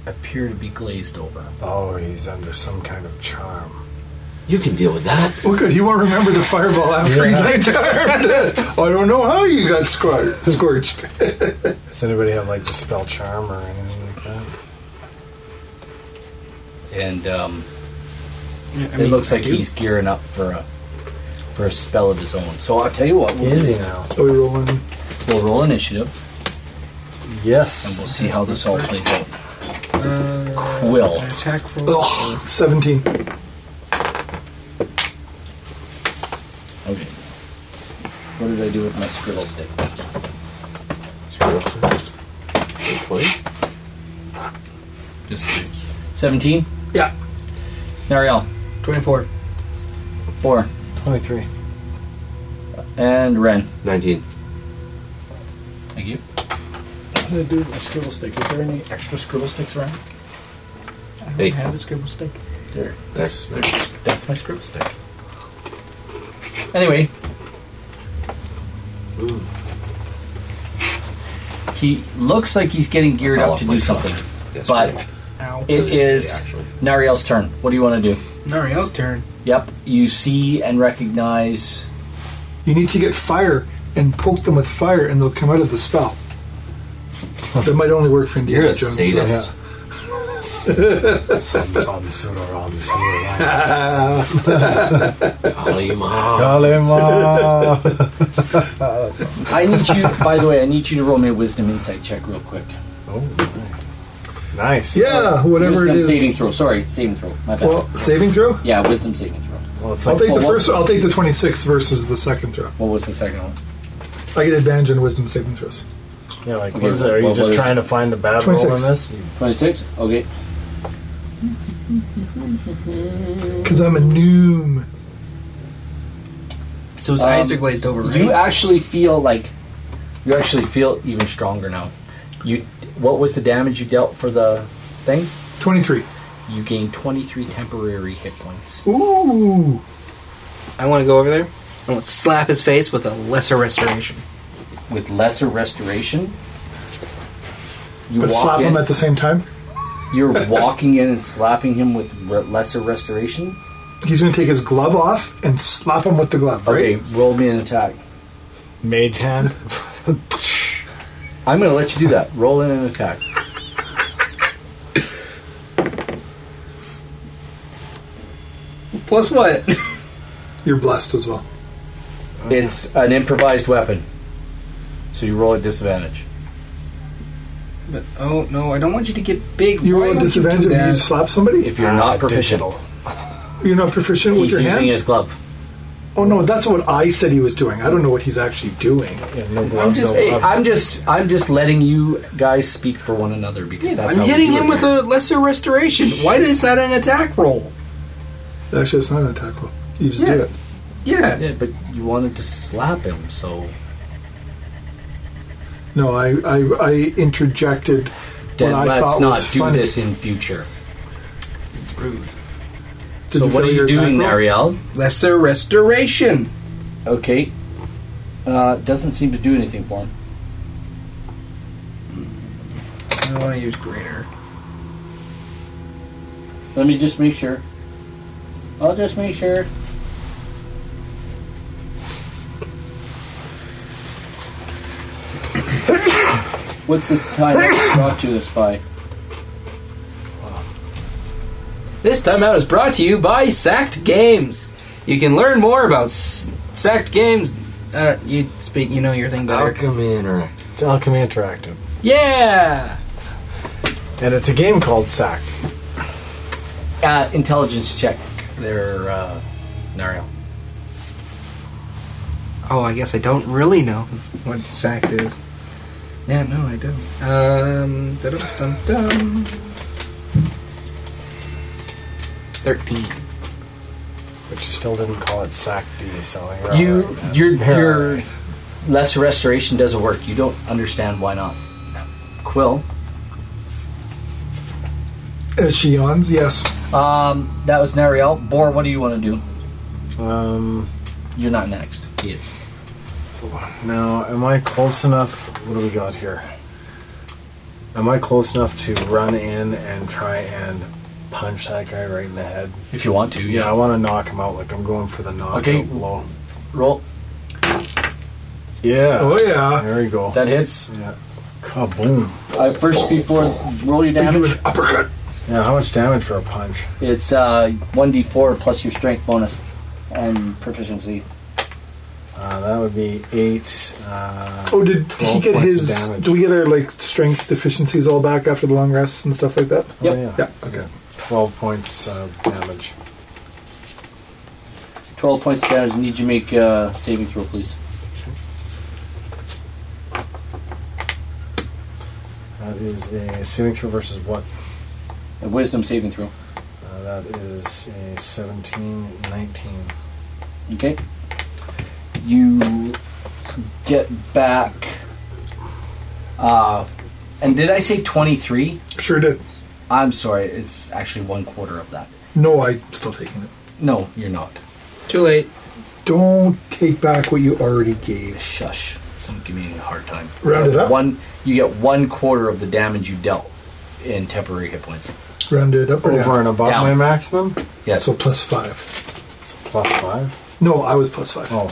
Speaker 6: appear to be glazed over.
Speaker 5: Oh, he's under some kind of charm.
Speaker 8: You can deal with that.
Speaker 3: well, good. He won't remember the fireball after
Speaker 5: Yeah.
Speaker 3: he's charmed.
Speaker 5: [LAUGHS]
Speaker 3: I don't know how you got squar- scorched.
Speaker 5: Does anybody have like the spell charm or anything like that?
Speaker 6: And um,
Speaker 4: Yeah, I
Speaker 6: it
Speaker 4: mean,
Speaker 6: looks
Speaker 4: I
Speaker 6: like
Speaker 4: do.
Speaker 6: he's gearing up for a for a spell of his own. So I'll tell you what, we'll,
Speaker 5: Is he now?
Speaker 3: Are we rolling?
Speaker 6: we'll roll initiative and we'll
Speaker 5: Yes.
Speaker 6: see how this all plays out.
Speaker 4: Uh,
Speaker 6: Quill.
Speaker 4: an attack roll.
Speaker 3: Ugh, 17.
Speaker 6: Okay. What did I do with my scribble stick? Just seventeen.
Speaker 3: Yeah.
Speaker 6: Nariel,
Speaker 4: 24.
Speaker 6: four,
Speaker 5: 23.
Speaker 6: and Ren.
Speaker 8: 19.
Speaker 6: Thank you. What did I do with my scribble stick? Is there any extra scribble sticks around?
Speaker 4: I don't
Speaker 8: Eight.
Speaker 4: have a scribble stick.
Speaker 6: There.
Speaker 8: That's
Speaker 6: There's, that's my scribble stick. Anyway. He looks like he's getting geared
Speaker 8: Fell
Speaker 6: up
Speaker 8: off
Speaker 6: to
Speaker 8: my
Speaker 6: do
Speaker 8: truck.
Speaker 6: something.
Speaker 8: Yes,
Speaker 6: But
Speaker 4: Ow.
Speaker 6: it is
Speaker 8: actually.
Speaker 6: Nariel's turn. What do you want to do?
Speaker 4: Nariel's turn.
Speaker 6: Yep. You see and recognize.
Speaker 3: You need to get fire and poke them with fire, and they'll come out of the spell. That might only work for Indiana
Speaker 8: You're a
Speaker 3: Jones.
Speaker 8: sadist.
Speaker 5: Some some sort of wrong sort of [LAUGHS] wrong.
Speaker 8: Kalima.
Speaker 5: Kalima.
Speaker 6: I need you. by the way, I need you to roll me a wisdom insight check real quick.
Speaker 5: Oh, Nice.
Speaker 3: Yeah, whatever
Speaker 6: wisdom
Speaker 3: it is.
Speaker 6: saving throw. Sorry, saving throw. My bad.
Speaker 3: Well, saving throw?
Speaker 6: yeah, wisdom saving throw.
Speaker 5: Well, it's
Speaker 3: I'll
Speaker 5: like
Speaker 3: take the
Speaker 6: Well, what-
Speaker 3: first. I'll take the 26 versus the second throw.
Speaker 6: What was the second one?
Speaker 3: I get advantage on wisdom saving throws.
Speaker 5: yeah, like
Speaker 6: Okay,
Speaker 5: what is it? Are
Speaker 6: well,
Speaker 5: you
Speaker 6: what
Speaker 5: just
Speaker 6: is
Speaker 5: trying to find a bad roll in
Speaker 3: 26.
Speaker 5: this?
Speaker 6: 26? Okay.
Speaker 3: Because I'm a noom.
Speaker 4: So his
Speaker 6: Um,
Speaker 4: eyes are glazed over, right?
Speaker 6: You actually feel like you actually feel even stronger now. You what was the damage you dealt for the thing?
Speaker 3: 23.
Speaker 6: You gained 23 temporary hit points.
Speaker 3: Ooh.
Speaker 4: I want to go over there. I want to slap his face with a lesser restoration.
Speaker 6: With lesser restoration, you
Speaker 3: But
Speaker 6: walk
Speaker 3: slap
Speaker 6: in,
Speaker 3: them at the same time.
Speaker 6: you're walking in and slapping him with re- lesser restoration.
Speaker 3: He's going to take his glove off and slap him with the glove, right?
Speaker 6: Okay, roll me an attack.
Speaker 5: Mage hand.
Speaker 6: I'm going to let you do that. Roll in an attack.
Speaker 4: Plus what?
Speaker 3: You're blessed as well.
Speaker 6: It's an improvised weapon. So you roll at disadvantage.
Speaker 4: [LAUGHS] but, oh no, I don't want you to get big.
Speaker 3: You
Speaker 4: Why
Speaker 3: roll a
Speaker 4: would
Speaker 3: disadvantage
Speaker 4: You do
Speaker 3: if you
Speaker 4: that?
Speaker 3: slap somebody?
Speaker 6: If you're
Speaker 5: Ah,
Speaker 6: not proficient,
Speaker 5: digital.
Speaker 3: You're not proficient with
Speaker 6: he's
Speaker 3: your
Speaker 6: using
Speaker 3: hands?
Speaker 6: his glove.
Speaker 3: Oh no, that's what I said he was doing. I don't know what he's actually doing.
Speaker 5: Yeah, no glove,
Speaker 4: just-
Speaker 5: no
Speaker 6: Hey,
Speaker 5: glove.
Speaker 6: I'm just I'm just letting you guys speak for one another because that's
Speaker 4: I'm
Speaker 6: how we
Speaker 4: hitting
Speaker 6: do it
Speaker 4: him with
Speaker 6: here.
Speaker 4: a lesser restoration. Why is that an attack roll?
Speaker 3: Actually, it's not an attack roll. You just do
Speaker 4: Yeah.
Speaker 3: it.
Speaker 4: Yeah.
Speaker 6: Yeah, but you wanted to slap him, so
Speaker 3: No, I, I, I interjected
Speaker 6: then
Speaker 3: what I
Speaker 6: let's
Speaker 3: thought
Speaker 6: not
Speaker 3: was
Speaker 6: do
Speaker 3: funny.
Speaker 6: this in future.
Speaker 3: Did
Speaker 6: so what
Speaker 3: fail
Speaker 6: are
Speaker 3: your
Speaker 6: you
Speaker 3: attack
Speaker 6: doing,
Speaker 3: roll?
Speaker 6: Nariel?
Speaker 4: Lesser restoration.
Speaker 6: Okay. Uh, doesn't seem to do anything for him.
Speaker 4: I don't want to use greater.
Speaker 6: Let me just make sure. I'll just make sure. [COUGHS] What's this time that brought to us by?
Speaker 4: This time out is brought to you by Sacked Games. You can learn more about S- Sacked Games. Uh, you speak. You know your thing better.
Speaker 8: Alchemy Interact.
Speaker 5: It's Alchemy Interactive.
Speaker 4: Yeah.
Speaker 5: And it's a game called Sacked.
Speaker 6: Uh, intelligence check there, uh, Nariel.
Speaker 4: Oh, I guess I don't really know what sacked is. Yeah, no, I don't. Um, dum-dum-dum. Thirteen.
Speaker 5: But you still didn't call it Sack D, so you're all
Speaker 6: You,
Speaker 5: right, man.
Speaker 6: your,
Speaker 5: You're all
Speaker 6: your
Speaker 5: right.
Speaker 6: lesser restoration doesn't work. You don't understand why not. Quill,
Speaker 3: As she yawns, yes.
Speaker 6: um, that was Nariel. Bor, what do you want to do?
Speaker 5: Um,
Speaker 6: You're not next. He is.
Speaker 5: now, am I close enough? What do we got here? Am I close enough to run in and try and punch that guy right in the head?
Speaker 6: If you want to,
Speaker 5: Yeah, I want to knock him out. Like, I'm going for the knockout
Speaker 6: Okay.
Speaker 5: blow.
Speaker 6: Roll.
Speaker 5: Yeah.
Speaker 3: Oh yeah.
Speaker 5: There you go.
Speaker 6: That hits.
Speaker 5: yeah. Kaboom.
Speaker 6: Uh, first, before roll your
Speaker 3: You
Speaker 6: damage.
Speaker 3: an uppercut.
Speaker 5: Yeah, how much damage for a punch?
Speaker 6: It's uh, 1d4 plus your strength bonus and proficiency.
Speaker 5: Uh, that would be eight. Uh,
Speaker 3: Oh, did he
Speaker 5: 12
Speaker 3: get
Speaker 5: points of
Speaker 3: his?
Speaker 5: damage.
Speaker 3: Do we get our like strength deficiencies all back after the long rests and stuff like that?
Speaker 5: oh,
Speaker 3: Yeah.
Speaker 5: yeah. Okay. Twelve points of damage.
Speaker 6: 12 points of damage. Need you make uh, saving throw, please.
Speaker 5: That is a saving throw versus what?
Speaker 6: A wisdom saving throw.
Speaker 5: Uh, that is a 17, 19.
Speaker 6: Okay. You get back. Uh, and did I say 23?
Speaker 3: Sure did.
Speaker 6: I'm sorry, it's actually one quarter of that.
Speaker 3: No, I'm still taking it.
Speaker 6: No, you're not.
Speaker 4: Too late.
Speaker 3: Don't take back what you already gave.
Speaker 6: Shush. Don't give me a hard time.
Speaker 3: Round it up.
Speaker 6: One, you get one quarter of the damage you dealt in temporary hit points.
Speaker 3: Round it up or
Speaker 5: Over
Speaker 3: down.
Speaker 5: and above
Speaker 6: Down.
Speaker 5: my maximum?
Speaker 6: Yes,
Speaker 3: So plus five.
Speaker 5: So plus five?
Speaker 3: No, I was plus five.
Speaker 5: Oh,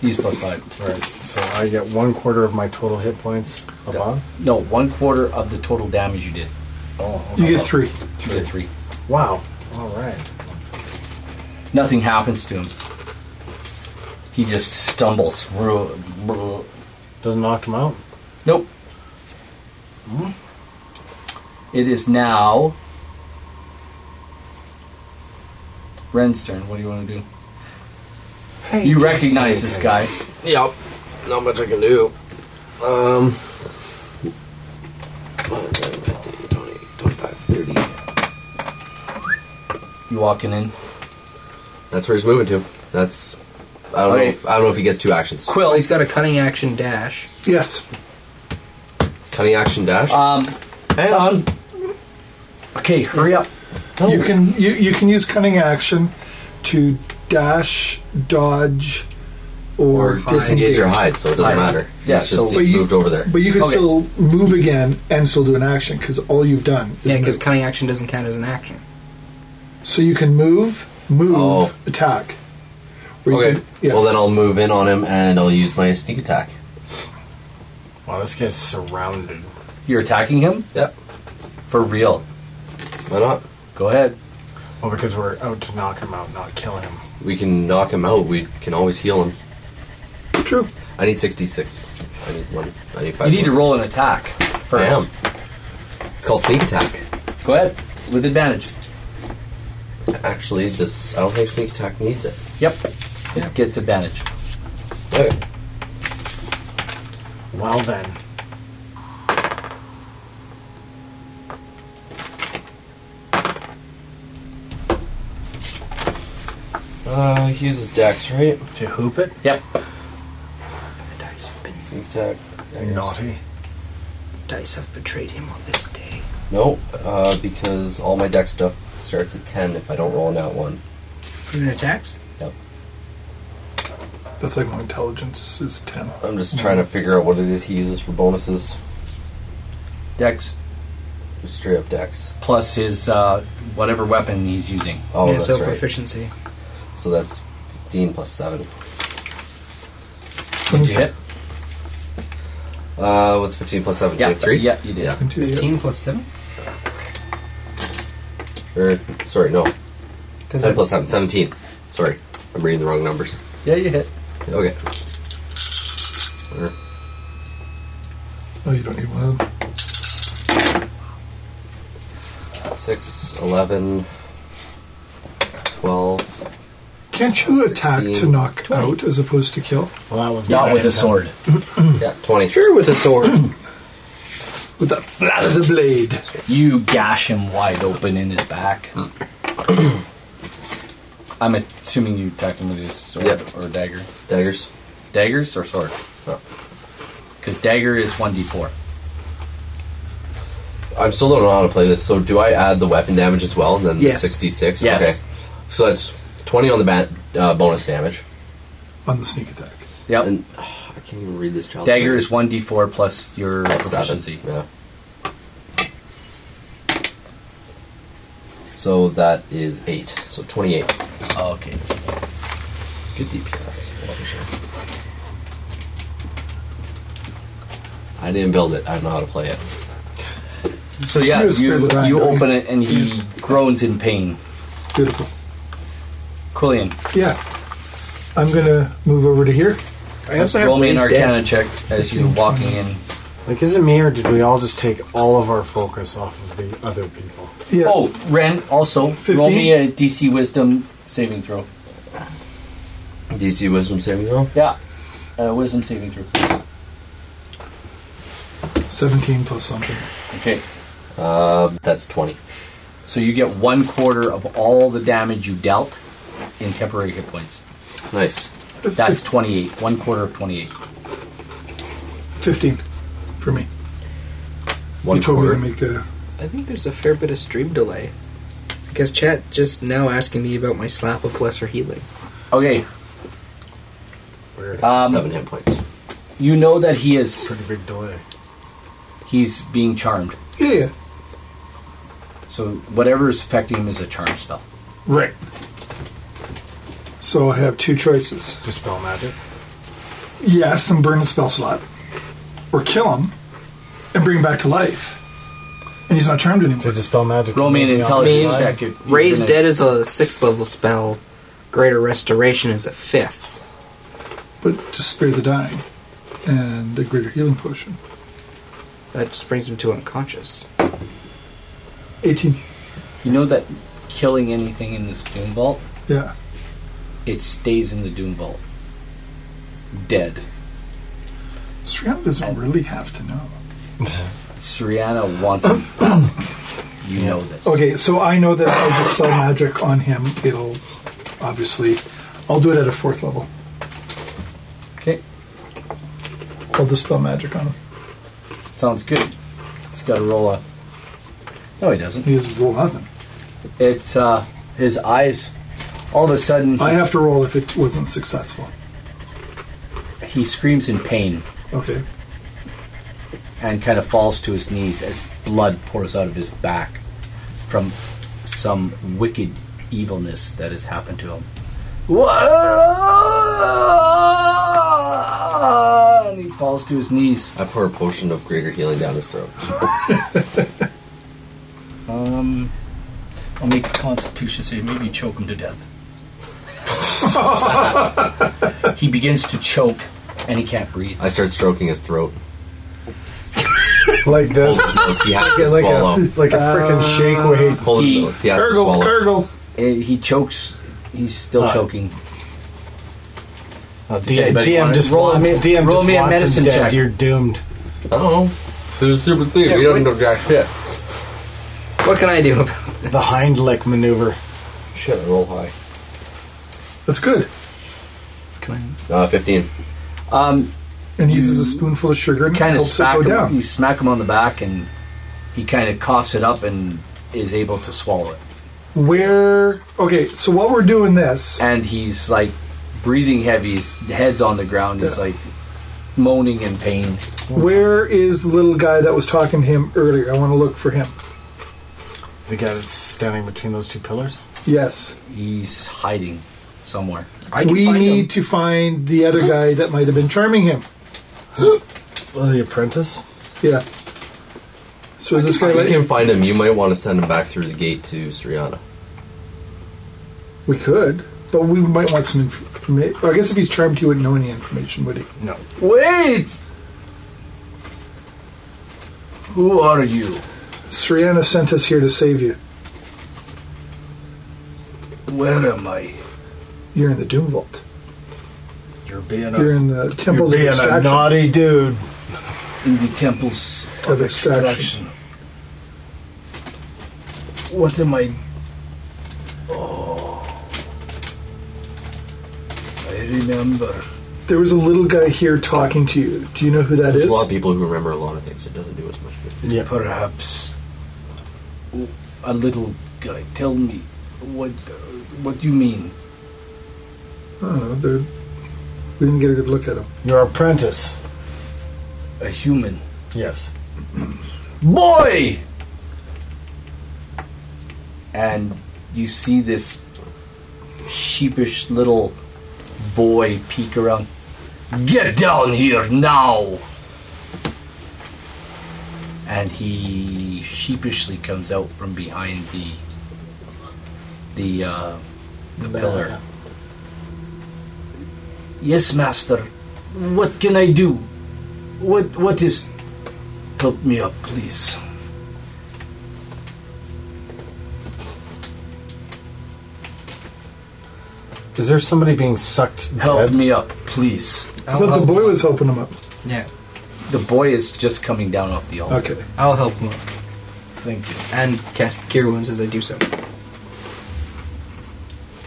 Speaker 6: he's plus five.
Speaker 5: right. So I get one quarter of my total hit points above?
Speaker 6: No, one quarter of the total damage you did.
Speaker 5: Oh, okay.
Speaker 3: you get three.
Speaker 6: You did three.
Speaker 5: Wow. All right.
Speaker 6: Nothing happens to him. He just stumbles. Ru- ru-
Speaker 5: Doesn't knock him out?
Speaker 6: Nope. It is now. Ren's turn. What do you want to do? you recognize this guy.
Speaker 8: Yep. Not much I can do. Um. 20, 25, 30.
Speaker 6: You walking in.
Speaker 8: That's where he's moving to. That's. I don't know.
Speaker 6: Okay.
Speaker 8: If, I don't know if he gets two actions.
Speaker 4: Quill, he's got a cunning action dash.
Speaker 3: Yes.
Speaker 8: Cunning action dash.
Speaker 3: Uh,
Speaker 8: Eh,
Speaker 6: Um, some-
Speaker 8: Hang
Speaker 6: Okay, hurry up.
Speaker 3: You can you, you can use cunning action to dash, dodge, or,
Speaker 8: or disengage or hide, so it doesn't
Speaker 6: Hide.
Speaker 8: matter.
Speaker 6: Yeah,
Speaker 8: He's
Speaker 6: so-
Speaker 8: just
Speaker 3: But
Speaker 8: he's
Speaker 3: you-
Speaker 8: moved over there.
Speaker 3: But you can
Speaker 6: Okay.
Speaker 3: still move again and still do an action because all you've done is
Speaker 4: Yeah, because
Speaker 3: move.
Speaker 4: cunning action doesn't count as an action.
Speaker 3: so you can move, move,
Speaker 8: Oh.
Speaker 3: attack. Or you
Speaker 8: Okay.
Speaker 3: can- yeah.
Speaker 8: Well, then I'll move in on him and I'll use my sneak attack.
Speaker 5: Wow, this guy's surrounded.
Speaker 6: You're attacking him?
Speaker 8: Yep.
Speaker 6: For real.
Speaker 8: Why not?
Speaker 6: Go ahead.
Speaker 5: Well, because we're out to knock him out, not kill him.
Speaker 8: We can knock him out. We can always heal him.
Speaker 3: True.
Speaker 8: I need 66. I need one. I need five.
Speaker 6: You need to
Speaker 8: more.
Speaker 6: roll an attack.
Speaker 8: I
Speaker 6: First.
Speaker 8: am. It's called sneak attack.
Speaker 6: Go ahead. With advantage.
Speaker 8: Actually, this I don't think sneak attack needs it.
Speaker 6: Yep. It gets advantage.
Speaker 8: Okay.
Speaker 5: Well then.
Speaker 8: Uh, he uses dex, right?
Speaker 5: To hoop it?
Speaker 6: Yep.
Speaker 8: Sneak attack.
Speaker 5: Naughty.
Speaker 4: Dice have betrayed him on this day.
Speaker 8: No, uh, because all my dex stuff starts at 10 if I don't roll an out one.
Speaker 4: Prudent attacks?
Speaker 3: That's like my intelligence is ten.
Speaker 8: I'm just trying to
Speaker 4: Mhm.
Speaker 8: figure out what it is he uses for bonuses.
Speaker 6: Dex
Speaker 8: Just straight up dex.
Speaker 6: plus his uh, whatever weapon he's using.
Speaker 8: Oh,
Speaker 4: yeah,
Speaker 8: that's
Speaker 4: so
Speaker 8: right.
Speaker 4: proficiency.
Speaker 8: So that's 15 plus 7.
Speaker 6: Did you hit?
Speaker 8: Uh, what's 15 plus 7?
Speaker 6: Yeah.
Speaker 8: 23?
Speaker 6: Yeah, you did.
Speaker 8: Yeah.
Speaker 3: Into the-
Speaker 4: 15 plus 7?
Speaker 8: Or, sorry, no. 10 plus
Speaker 4: Because
Speaker 8: 7. 17. Sorry. I'm reading the wrong numbers.
Speaker 6: Yeah, you hit.
Speaker 8: Okay.
Speaker 3: Oh, you don't need one of them.
Speaker 8: 6, 11, 12.
Speaker 3: Can't you attack
Speaker 8: 16,
Speaker 3: to knock out as opposed to kill
Speaker 5: Well, that was
Speaker 6: Not
Speaker 5: my
Speaker 6: with a
Speaker 5: intent.
Speaker 6: sword.
Speaker 4: Hmm.
Speaker 8: Yeah, 20.
Speaker 3: with
Speaker 6: [CLEARS THROAT]
Speaker 3: a sword? with the flat of the blade.
Speaker 6: You gash him wide open in his back. [CLEARS THROAT] I'm assuming you attacked him with his sword
Speaker 8: Yep.
Speaker 6: or dagger.
Speaker 8: Daggers.
Speaker 6: Daggers or sword?
Speaker 8: Oh.
Speaker 6: Because dagger is 1d4.
Speaker 8: I still don't know how to play this, so do I add the weapon damage as well? And then
Speaker 4: Yes.
Speaker 8: the 66?
Speaker 6: Yes.
Speaker 8: Okay. So that's 20 on the bat, uh, bonus damage.
Speaker 3: on the sneak attack.
Speaker 6: Yep.
Speaker 8: And [SIGHS] oh, I can't even read this child.
Speaker 6: dagger is 1d4 plus your proficiency.
Speaker 8: Yeah. So that is 8. So 28.
Speaker 6: Oh, okay.
Speaker 8: Good DPS. I didn't build it. I don't know how to play it.
Speaker 6: So yeah,
Speaker 3: You spare
Speaker 6: you,
Speaker 3: the dying,
Speaker 6: you
Speaker 3: don't you?
Speaker 6: open it and he groans in pain.
Speaker 3: Beautiful.
Speaker 6: Quillian,
Speaker 3: Yeah. I'm gonna move over to here.
Speaker 5: I also
Speaker 6: roll me an
Speaker 8: raised
Speaker 6: Arcana check as you're walking in.
Speaker 5: Like, is it me or did we all just take all of our focus off of the other people?
Speaker 3: Yeah.
Speaker 6: Oh, Ren, also roll
Speaker 3: 15?
Speaker 6: me a DC Wisdom saving throw.
Speaker 8: DC Wisdom saving throw.
Speaker 6: Yeah, uh, Wisdom saving throw.
Speaker 3: 17 plus something.
Speaker 6: Okay,
Speaker 8: Uh, that's twenty.
Speaker 6: so you get one quarter of all the damage you dealt in temporary hit points.
Speaker 8: Nice.
Speaker 6: That's 28. One quarter of 28.
Speaker 3: 15 for me.
Speaker 8: One
Speaker 3: you told
Speaker 8: quarter.
Speaker 3: me to make a.
Speaker 4: I think there's a fair bit of stream delay. Because chat just now asking me about my slap of lesser healing.
Speaker 6: Okay,
Speaker 5: Weird.
Speaker 6: Um,
Speaker 8: Seven hit points.
Speaker 6: you know that he is
Speaker 5: Pretty big delay.
Speaker 6: he's being charmed.
Speaker 3: Yeah, yeah.
Speaker 6: So whatever is affecting him is a charm spell.
Speaker 3: Right. So I have two choices.
Speaker 5: Dispel magic.
Speaker 3: Yes, and burn the spell slot. Or kill him and bring him back to life. And he's not charmed
Speaker 5: The
Speaker 3: anymore.
Speaker 5: dispel magic.
Speaker 6: Roll me an
Speaker 5: moves on the
Speaker 6: intelligence
Speaker 5: side.
Speaker 6: check. You're- you're
Speaker 4: Raise
Speaker 6: gonna-
Speaker 4: Dead is a sixth level spell. Greater Restoration is a fifth.
Speaker 3: But just spare the dying and a greater healing potion.
Speaker 4: That just brings him to unconscious.
Speaker 3: 18.
Speaker 6: You know that killing anything in this doom vault,
Speaker 3: Yeah.
Speaker 6: it stays in the doom vault. Dead.
Speaker 3: Striana doesn't really have to know.
Speaker 6: Sriana wants him back. You know this.
Speaker 3: Okay, so I know that if I dispel magic on him, it'll obviously. I'll do it at a fourth level.
Speaker 6: Okay.
Speaker 3: I'll dispel magic on him.
Speaker 6: Sounds good. He's got to roll a. No, he doesn't.
Speaker 3: He has roll nothing.
Speaker 6: It's uh, his eyes. All of a sudden,
Speaker 3: I have to roll if it wasn't successful.
Speaker 6: he screams in pain
Speaker 3: Okay.
Speaker 6: and kind of falls to his knees as blood pours out of his back from some wicked evilness that has happened to him. Wha- And he falls to his knees.
Speaker 8: I pour a potion of greater healing down his throat.
Speaker 6: Um, I'll make a constitution save. Maybe you choke him to
Speaker 3: [LAUGHS]
Speaker 6: death. he begins to choke and he can't breathe.
Speaker 8: I start stroking
Speaker 3: [LAUGHS]
Speaker 8: his throat.
Speaker 5: Like
Speaker 8: Hold
Speaker 5: this.
Speaker 8: his nose. He has to
Speaker 5: like
Speaker 8: swallow.
Speaker 5: a [LAUGHS] like a freaking shake weight.
Speaker 8: Hold his
Speaker 6: He-
Speaker 8: nose. He has to swallow.
Speaker 3: Urgle.
Speaker 6: Eh, He chokes. He's still
Speaker 5: Ah.
Speaker 6: choking.
Speaker 5: Uh, D-
Speaker 6: anybody
Speaker 5: DM
Speaker 6: want
Speaker 5: just
Speaker 6: to- roll
Speaker 5: wants-
Speaker 6: me-
Speaker 5: DM
Speaker 6: roll
Speaker 5: just
Speaker 6: me a
Speaker 5: wants him
Speaker 6: medicine
Speaker 5: dead.
Speaker 6: check.
Speaker 5: You're doomed.
Speaker 8: Oh, this super thing.
Speaker 4: Yeah, We don't what- know
Speaker 8: jack shit.
Speaker 4: What can I do about
Speaker 5: The hind lick maneuver.
Speaker 8: Shit, I roll high.
Speaker 3: That's good.
Speaker 4: Can
Speaker 8: Uh, fifteen.
Speaker 6: Um,
Speaker 3: And uses a spoonful of sugar and
Speaker 6: kind of
Speaker 3: helps it
Speaker 6: smack
Speaker 3: go
Speaker 6: him.
Speaker 3: down.
Speaker 6: You smack him on the back, and he kind of coughs it up and is able to swallow it.
Speaker 3: Where? Okay, so while we're doing this,
Speaker 6: And he's like breathing heavy. His head's on the ground. He's
Speaker 3: Yeah.
Speaker 6: like moaning in pain.
Speaker 3: where is the little guy that was talking to him earlier? I want to look for him.
Speaker 5: The guy that's standing between those two pillars.
Speaker 3: Yes,
Speaker 6: He's hiding somewhere.
Speaker 4: I can
Speaker 3: we
Speaker 4: find
Speaker 3: need
Speaker 4: him.
Speaker 3: to find the other guy that might have been charming him.
Speaker 5: Uh, the apprentice.
Speaker 3: Yeah. So is this guy?
Speaker 8: If
Speaker 3: Like,
Speaker 8: you can find him, you might want to send him back through the gate to Sriana.
Speaker 3: We could, but we might want some information. I guess if he's charmed, he wouldn't know any information, would he?
Speaker 5: No.
Speaker 6: Wait! Who are you?
Speaker 3: Sriana sent us here to save you.
Speaker 6: Where am I?
Speaker 3: You're in the Doom Vault.
Speaker 5: You're being a,
Speaker 3: You're
Speaker 5: you're
Speaker 3: in the temples
Speaker 5: being
Speaker 3: of
Speaker 5: a
Speaker 3: extraction.
Speaker 5: naughty dude.
Speaker 6: In the temples
Speaker 3: Of extraction.
Speaker 6: What am I? Oh, I remember.
Speaker 3: There was a little guy here talking to you. Do you know who that
Speaker 8: There's
Speaker 3: is?
Speaker 8: a lot of people who remember a lot of things. It doesn't do as much good.
Speaker 5: Yeah.
Speaker 6: Perhaps a little guy. Tell me what what you mean.
Speaker 3: I don't know. Oh, They're, we didn't get a good look at him.
Speaker 5: Your apprentice.
Speaker 6: A human
Speaker 5: Yes.
Speaker 6: boy. And you see this sheepish little boy peek around. Get down here now! and he sheepishly comes out from behind the the uh, the pillar. Yes, master. What can I do? What what is? Help me up, please.
Speaker 5: Is there somebody being sucked
Speaker 6: Help
Speaker 5: dead?
Speaker 6: me up, please.
Speaker 3: I thought the boy was helping him up.
Speaker 4: Yeah,
Speaker 6: The boy is just coming down off the altar.
Speaker 3: Okay.
Speaker 4: I'll help him up
Speaker 6: Thank you.
Speaker 4: and cast cure wounds as I do so.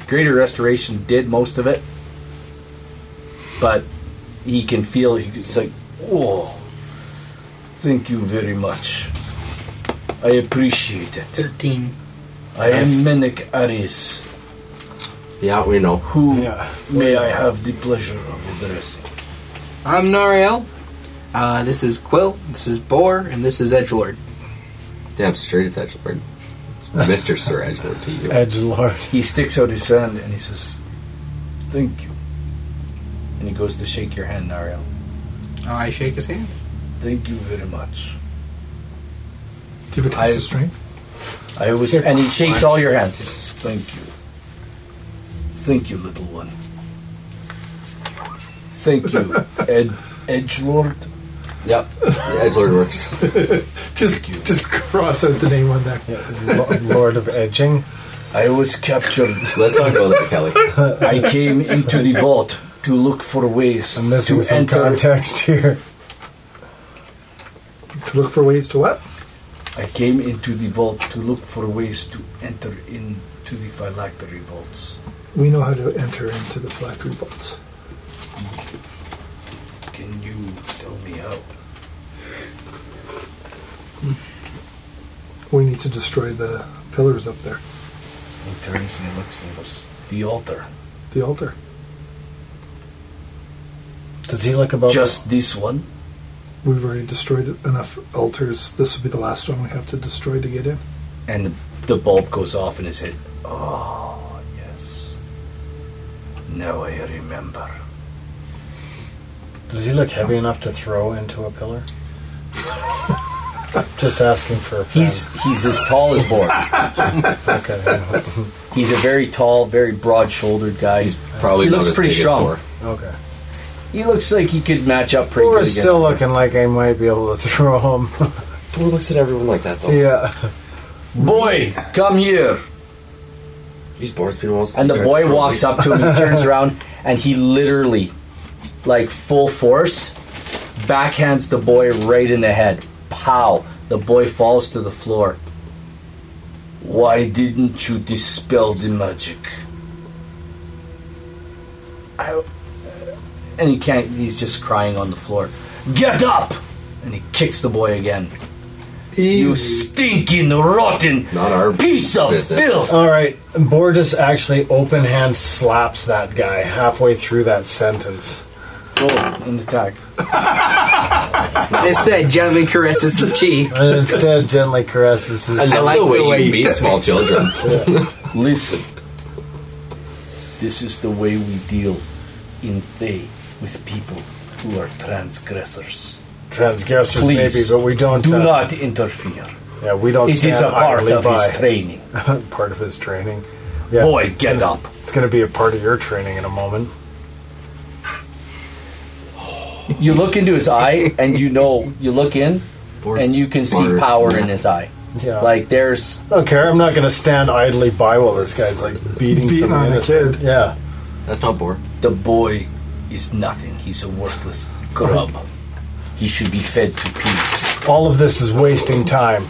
Speaker 6: Greater Restoration did most of it, but he can feel. He's like, "Oh, thank you very much. I appreciate it.
Speaker 4: Thirteen.
Speaker 6: I am Menek Aris.
Speaker 8: Yeah, we know.
Speaker 6: Who
Speaker 5: Yeah.
Speaker 6: may I have the pleasure of addressing?"
Speaker 4: I'm Nariel. Uh, this is Quill. This is Boar, and this is Edgelord.
Speaker 8: Damn straight, it's Edgelord. It's Mr. Sir Edgelord
Speaker 5: [LAUGHS]
Speaker 8: to you.
Speaker 5: Edge Lord.
Speaker 6: He sticks out his hand and he says, "Thank you." And he goes to shake your hand, Nariel.
Speaker 4: I shake his hand.
Speaker 6: Thank you very much.
Speaker 3: Do you have a test
Speaker 6: I-
Speaker 3: of strength?
Speaker 6: I was, and he shakes all your hands. He says, "Thank you, thank you, little one. Thank you, [LAUGHS] Ed, Edge Lord.
Speaker 8: Yep, Edgelord works.
Speaker 3: Just just cross out the name on that.
Speaker 5: Lo- [LAUGHS] Lord of Edging.
Speaker 6: I was captured.
Speaker 8: Let's not go there, Kelly.
Speaker 6: I came into the vault to look for ways
Speaker 5: I'm missing
Speaker 6: to
Speaker 5: some
Speaker 6: enter.
Speaker 5: context here.
Speaker 3: To look for ways to what?
Speaker 6: I came into the vault to look for ways to enter into the phylactery vaults.
Speaker 3: We know how to enter into the phylactery vaults.
Speaker 6: Can you tell me how?
Speaker 3: We need to destroy the pillars up there,
Speaker 6: He turns and he looks and he goes, "The altar,
Speaker 3: the altar.
Speaker 5: Does he look above?
Speaker 6: just this one."
Speaker 3: We've already destroyed enough altars. This will be the last one we have to destroy to get in.
Speaker 6: and the, the bulb goes off in his head. Oh, yes. Now I remember.
Speaker 5: Does he look heavy enough to throw into
Speaker 6: [LAUGHS]
Speaker 5: a pillar? just asking for a friend.
Speaker 6: He's he's as tall as Borg.
Speaker 5: okay. then.
Speaker 6: He's a very tall, very broad-shouldered guy.
Speaker 8: He's probably
Speaker 6: He
Speaker 8: not
Speaker 6: looks
Speaker 8: as
Speaker 6: pretty
Speaker 8: big as
Speaker 6: strong.
Speaker 8: Boar.
Speaker 6: [LAUGHS]
Speaker 5: okay.
Speaker 6: He looks like he could match up pretty
Speaker 5: Or
Speaker 6: good
Speaker 5: is
Speaker 6: against
Speaker 5: still
Speaker 6: Borg.
Speaker 5: looking like I might be able to throw him.
Speaker 6: [LAUGHS]
Speaker 8: Boar looks at everyone like that, though.
Speaker 5: yeah.
Speaker 6: Boy, come here!
Speaker 8: He's Boar's been almost-
Speaker 6: And the boy walks up to him.
Speaker 8: [LAUGHS]
Speaker 6: He turns around and he literally, like full force, backhands the boy right in the head. Pow! The boy falls to the floor. Why didn't you dispel the magic? I, and he can't. He's just crying on the floor. Get up! And he kicks the boy again. You stinking, rotten
Speaker 8: Not our
Speaker 6: piece of
Speaker 8: business.
Speaker 6: filth!
Speaker 5: [LAUGHS] All right. Boar just actually open hand slaps that guy halfway through that sentence.
Speaker 6: Roll
Speaker 8: Oh.
Speaker 6: an attack.
Speaker 4: Instead, gently caresses his cheek.
Speaker 6: [LAUGHS]
Speaker 5: And instead, gently caresses his.
Speaker 8: I like the way, you beat
Speaker 4: did-
Speaker 8: small children.
Speaker 6: Listen, this is the way we deal in Thay with people who are transgressors.
Speaker 5: transgressors,
Speaker 6: Please,
Speaker 5: maybe, but we don't.
Speaker 6: Do
Speaker 5: uh,
Speaker 6: not interfere.
Speaker 5: Yeah, we don't.
Speaker 6: It
Speaker 5: stand
Speaker 6: is a part
Speaker 5: idly
Speaker 6: of
Speaker 5: by.
Speaker 6: his training.
Speaker 5: [LAUGHS] part of his training. Yeah,
Speaker 6: Boy, get up.
Speaker 5: it's going to be a part of your training in a moment.
Speaker 6: You look into his eye, and you know, you look in,
Speaker 8: Boar's
Speaker 6: and you can see
Speaker 8: smarter
Speaker 6: power
Speaker 8: than
Speaker 6: in
Speaker 8: that.
Speaker 6: his eye.
Speaker 5: Yeah,
Speaker 6: Like, there's.
Speaker 5: I don't care. I'm not going to stand idly by while this guy's like beating,
Speaker 3: Beating
Speaker 5: some
Speaker 3: on a
Speaker 5: innocent.
Speaker 3: kid.
Speaker 5: Yeah,
Speaker 8: That's not Boar.
Speaker 6: The boy is nothing. He's a worthless grub. He should be fed to pigs.
Speaker 5: all of this is wasting time.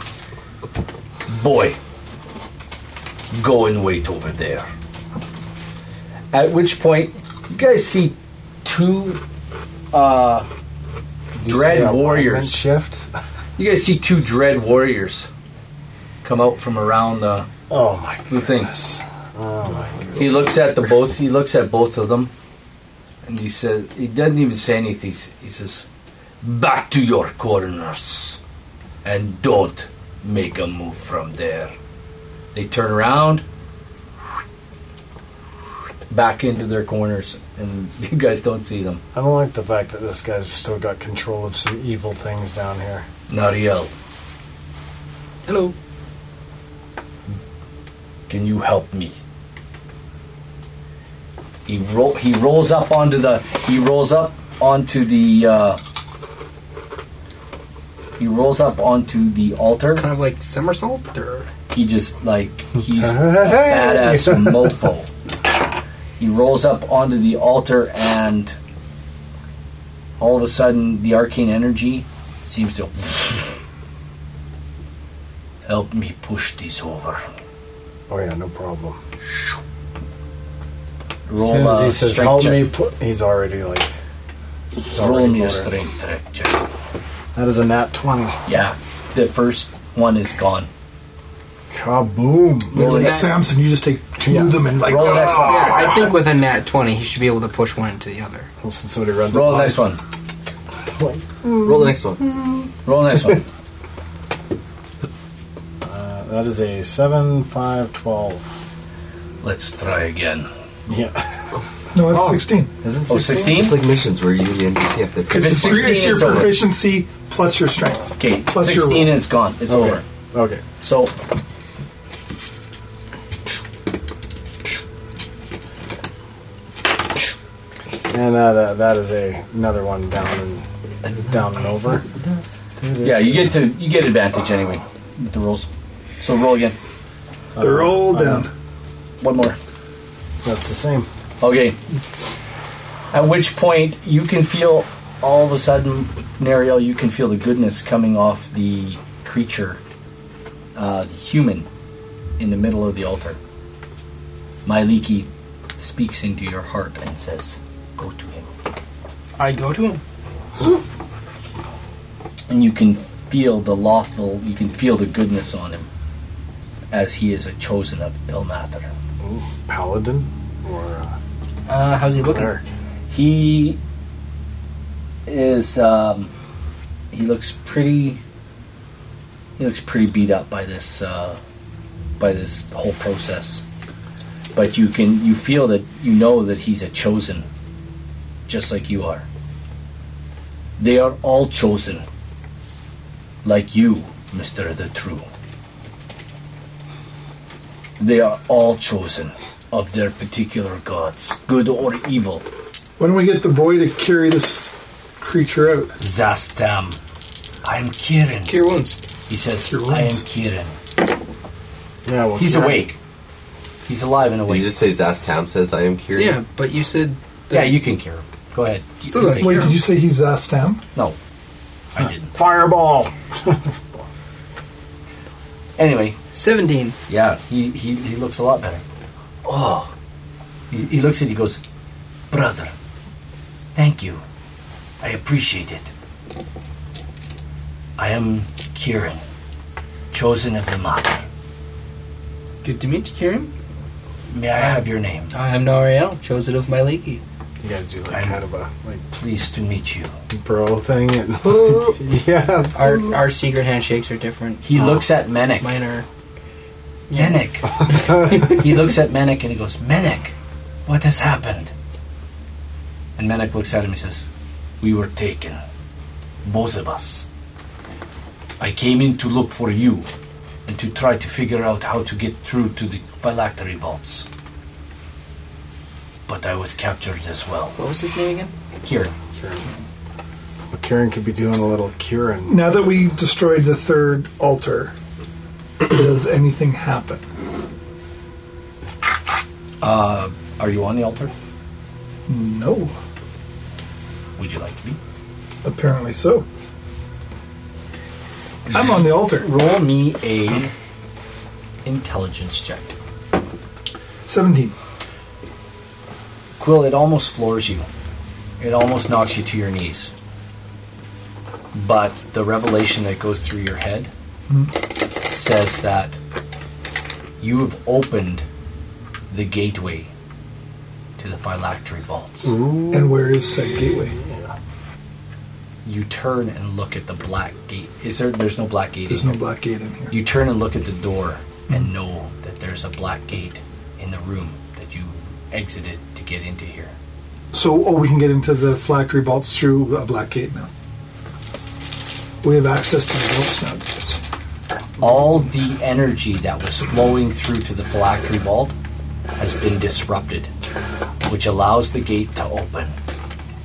Speaker 6: Boy, go and wait over there. At which point, you guys see two uh,
Speaker 5: Did you say
Speaker 6: dread
Speaker 5: alignment
Speaker 6: warriors.
Speaker 5: shift.
Speaker 6: You guys see two dread warriors come out from around the,
Speaker 5: Oh my
Speaker 6: the thing.
Speaker 5: goodness! Oh my
Speaker 6: He looks at the both. He looks at both of them, and he says, he doesn't even say anything. He says, "Back to your corners, and don't make a move from there." They turn around, back into their corners, and [LAUGHS] you guys don't see them.
Speaker 5: I don't like the fact that this guy's still got control of some evil things down here.
Speaker 6: Nariel,
Speaker 10: Hello.
Speaker 6: Can you help me? He ro- he rolls up onto the he rolls up onto the uh, he rolls up onto the altar.
Speaker 10: Kind of like somersault or
Speaker 6: He just like he's a badass mofo. He rolls up onto the altar and all of a sudden the arcane energy seems to help me push these over.
Speaker 5: Oh yeah, no problem.
Speaker 6: Roll
Speaker 5: as soon as
Speaker 6: a
Speaker 5: he says,
Speaker 6: strength
Speaker 5: "Help
Speaker 6: check.
Speaker 5: me," put, he's already like. he's
Speaker 6: Roll
Speaker 5: already
Speaker 6: me a
Speaker 5: motored.
Speaker 6: strength check- check.
Speaker 5: That is a nat twenty.
Speaker 6: Yeah, the first one is gone.
Speaker 5: Kaboom!
Speaker 10: Roll
Speaker 3: Like
Speaker 10: it.
Speaker 3: Samson, you just take two
Speaker 5: Yeah.
Speaker 3: of them and like. oh,
Speaker 6: Roll the next one.
Speaker 10: Yeah, Uh, I think with a nat 20, he should be able to push one into the other.
Speaker 5: Well, since somebody runs.
Speaker 6: Roll
Speaker 5: up
Speaker 6: the
Speaker 5: on
Speaker 6: next one.
Speaker 8: Roll the next one.
Speaker 6: Roll the next one. [LAUGHS]
Speaker 5: Uh, that is a seven, five, twelve.
Speaker 6: Let's try again.
Speaker 5: Yeah.
Speaker 3: No, it's
Speaker 5: Oh.
Speaker 3: 16.
Speaker 5: Is it
Speaker 6: Oh,
Speaker 5: 16?
Speaker 6: 16?
Speaker 8: It's like missions where you and the NPC have to.
Speaker 3: Because
Speaker 6: If
Speaker 3: it's,
Speaker 6: it's
Speaker 3: your- it's
Speaker 6: 16,
Speaker 3: your
Speaker 6: it's over.
Speaker 3: proficiency plus your strength.
Speaker 6: Okay,
Speaker 3: Plus your
Speaker 6: 16
Speaker 3: roll.
Speaker 6: and it's gone. It's
Speaker 5: Okay.
Speaker 6: over.
Speaker 5: Okay.
Speaker 6: So.
Speaker 5: And that uh, that is a another one down and down and over.
Speaker 6: Yeah, you get to you get advantage anyway with the rolls. So roll again.
Speaker 3: They're all down.
Speaker 6: One more.
Speaker 5: Uh, That's the same.
Speaker 6: Okay. At which point you can feel all of a sudden, Nariel, you can feel the goodness coming off the creature, uh, the human, in the middle of the altar. Myliki speaks into your heart and says, "Go to him."
Speaker 10: I go to him.
Speaker 6: and you can feel the lawful, you can feel the goodness on him, as he is a chosen of Ilmater.
Speaker 5: Ooh, paladin or uh,
Speaker 10: Uh, how's he looking?
Speaker 5: cleric.
Speaker 6: He is, um, he looks pretty, he looks pretty beat up by this, uh, by this whole process. But you can, you feel that, you know that he's a chosen, just like you are. They are all chosen, like you, Mister the True. They are all chosen of their particular gods, good or evil.
Speaker 3: Why don't we get the boy to carry this creature out?
Speaker 6: Zastam. I'm Kieran.
Speaker 10: Cure wounds.
Speaker 6: He says,
Speaker 3: Your
Speaker 6: I am
Speaker 3: wounds.
Speaker 6: Kieran.
Speaker 5: Yeah, well,
Speaker 6: He's
Speaker 5: yeah.
Speaker 6: awake. He's alive and
Speaker 8: Did you
Speaker 6: awake.
Speaker 8: just say Zastam says I am curious?
Speaker 10: Yeah, but you said.
Speaker 6: Yeah, you can cure him. Go ahead.
Speaker 10: Still
Speaker 6: You
Speaker 10: gotta
Speaker 6: take
Speaker 3: Wait,
Speaker 10: care
Speaker 6: care
Speaker 10: of
Speaker 6: of
Speaker 3: did you say he's Zastam?
Speaker 6: him. No. I didn't.
Speaker 5: Fireball.
Speaker 6: Anyway,
Speaker 10: 17.
Speaker 6: yeah, he, he, he looks a lot better. Oh. He, he looks at you, he goes, Brother, thank you. I appreciate it. I am Kieran, chosen of the Mata.
Speaker 10: Good to meet you, Kieran.
Speaker 6: May I have your name?
Speaker 10: I am Nariel, chosen of Myliki.
Speaker 5: You guys do like
Speaker 6: I'm-
Speaker 5: kind of a like
Speaker 6: Pleased to meet you.
Speaker 5: bro thing and [LAUGHS] yeah.
Speaker 10: Our, our secret handshakes are different.
Speaker 6: He looks at Menek.
Speaker 10: Mine are.
Speaker 6: [LAUGHS] Menek. he looks at Menek and he goes, Menek, what has happened? And Menek looks at him and says, We were taken. Both of us. I came in to look for you and to try to figure out how to get through to the phylactery vaults. But I was captured as well.
Speaker 10: What was his name again?
Speaker 6: Kieran.
Speaker 5: Kieran. Well, Kieran could be doing a little Kieran.
Speaker 3: Now that we destroyed the third altar, [CLEARS THROAT] does anything happen?
Speaker 6: Are you on the altar?
Speaker 3: No,
Speaker 6: Would you like to be?
Speaker 3: apparently so. I'm on the altar.
Speaker 6: Roll me a intelligence check.
Speaker 3: 17.
Speaker 6: Quill, it almost floors you. It almost knocks you to your knees. But the revelation that goes through your head
Speaker 3: Hmm.
Speaker 6: says that you have opened the gateway to the phylactery vaults.
Speaker 3: And where is said gateway?
Speaker 6: You turn and look at the black gate. Is there? There's no black gate.
Speaker 3: There's
Speaker 6: in
Speaker 3: no Hmm.
Speaker 6: here.
Speaker 3: black gate in here.
Speaker 6: You turn and look at the door and know that there's a black gate in the room that you exited to get into here.
Speaker 3: So, oh, we can get into the phylactery vaults through a black gate now. We have access to the vaults now, guys.
Speaker 6: all the energy that was flowing through to the phylactery vault has been disrupted, which allows the gate to open.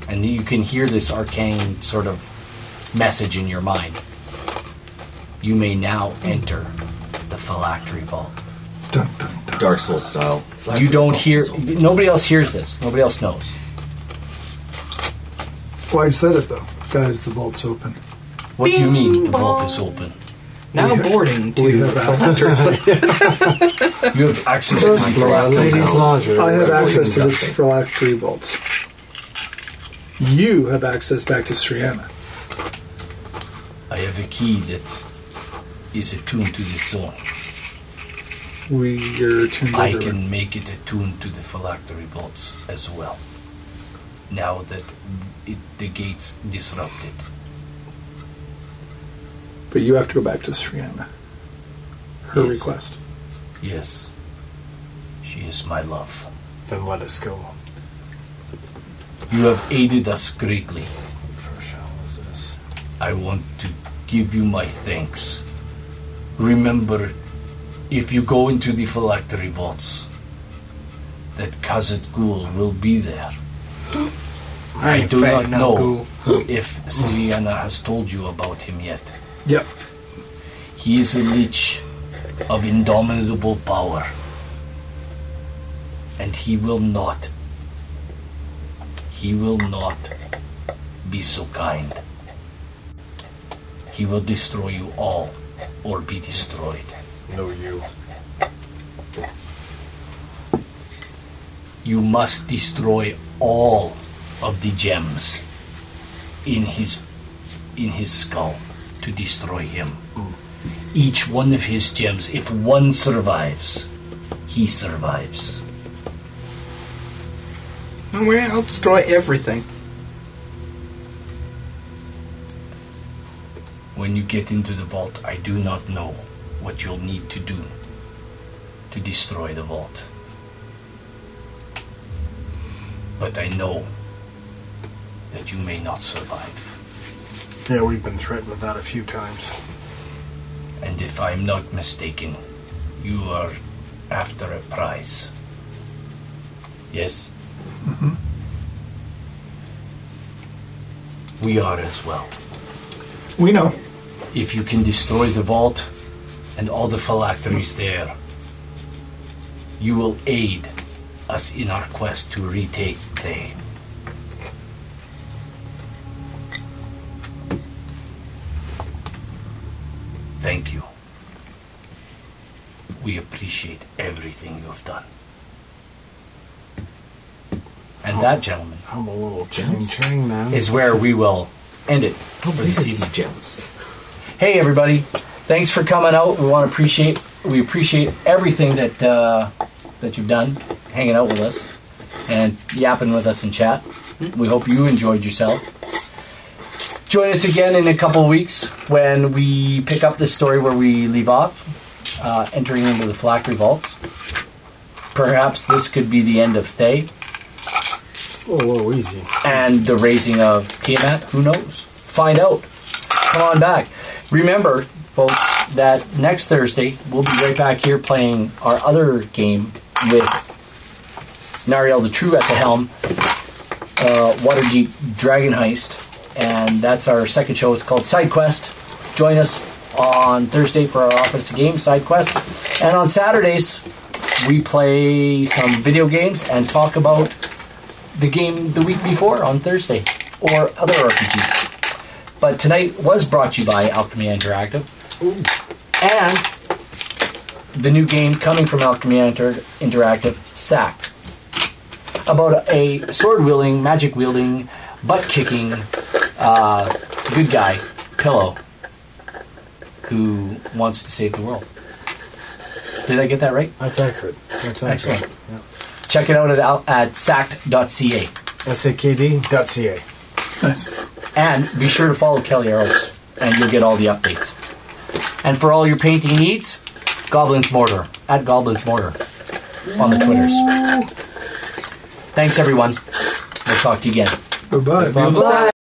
Speaker 6: And you can hear this arcane sort of message in your mind. You may now enter the phylactery vault.
Speaker 3: Dun, dun, dun.
Speaker 8: Dark Souls style.
Speaker 6: You don't hear, nobody else hears this. Nobody else knows.
Speaker 3: Well, I said it though, guys. The vault's open.
Speaker 6: What do you mean the vault is open?
Speaker 10: Now boarding
Speaker 3: We
Speaker 10: to
Speaker 3: have access.
Speaker 6: You have access to my phylactery.
Speaker 5: Ladies' lodge. or
Speaker 3: I have
Speaker 5: whatever.
Speaker 3: access to this phylactery vault. You have access back to Sriana.
Speaker 6: I have a key that is attuned to this zone.
Speaker 3: We are tuned
Speaker 6: I
Speaker 3: over.
Speaker 6: can make it attuned to the phylactery bolts as well. Now that it, the gate's disrupted,
Speaker 3: But you have to go back to Sriana. Her
Speaker 6: Yes.
Speaker 3: request.
Speaker 6: yes, she is my love.
Speaker 5: Then let us go.
Speaker 6: You have aided us greatly. I want to give you my thanks. Remember, if you go into the phylactery vaults, that Khazad Ghul will be [GASPS] there. [LAUGHS] I
Speaker 10: ain't
Speaker 6: do not
Speaker 10: fighting no
Speaker 6: know if Siriana has told you about him yet.
Speaker 3: Yep.
Speaker 6: He is a leech of indomitable power. And he will not, he will not be so kind. He will destroy you all or be destroyed.
Speaker 5: No, you.
Speaker 6: You must destroy all of the gems in his in his skull to destroy him. Each one of his gems, if one survives, he survives.
Speaker 10: No, we're gonna destroy everything.
Speaker 6: When you get into the vault, I do not know what you'll need to do to destroy the vault. But I know that you may not survive.
Speaker 5: Yeah, we've been threatened with that a few times.
Speaker 6: And if I'm not mistaken, you are after a prize. Yes? We are as well.
Speaker 3: We know.
Speaker 6: If you can destroy the vault and all the phylacteries there, you will aid us in our quest to retake Thay. Thank you. We appreciate everything you have done. And that, gentlemen,
Speaker 5: I'm a little ching ching now.
Speaker 6: is where we will end it. for this evening.
Speaker 8: these gems.
Speaker 6: hey everybody thanks for coming out we want to appreciate we appreciate everything that uh, that you've done hanging out with us and yapping with us in chat we hope you enjoyed yourself join us again in a couple of weeks when we pick up this story where we leave off uh, entering into the flak vaults perhaps this could be the end of thay
Speaker 5: Whoa, whoa, easy.
Speaker 6: and the raising of Tiamat. Who knows? Find out. Come on back. Remember, folks, that next Thursday we'll be right back here playing our other game with Nariel the True at the helm, uh, Waterdeep Dragon Heist, and that's our second show. It's called Side Quest. Join us on Thursday for our office game Side Quest, and on Saturdays we play some video games and talk about the game the week before on Thursday or other RPGs. But tonight was brought to you by Alchemy Interactive and the new game coming from Alchemy Inter- Interactive, Sack, about a sword wielding, magic wielding, butt kicking uh, good guy, Pillow, who wants to save the world. Did I get that right?
Speaker 5: That's accurate. That's accurate.
Speaker 6: Excellent. Check it out at, al- at sacked.ca.
Speaker 5: SAKD.ca.
Speaker 6: And be sure to follow Kelly Arrows, and you'll get all the updates. And for all your painting needs, Goblins Mortar at Goblins Mortar on the Twitters. Thanks, everyone. We'll talk to you again.
Speaker 3: Bye bye.
Speaker 6: Bye.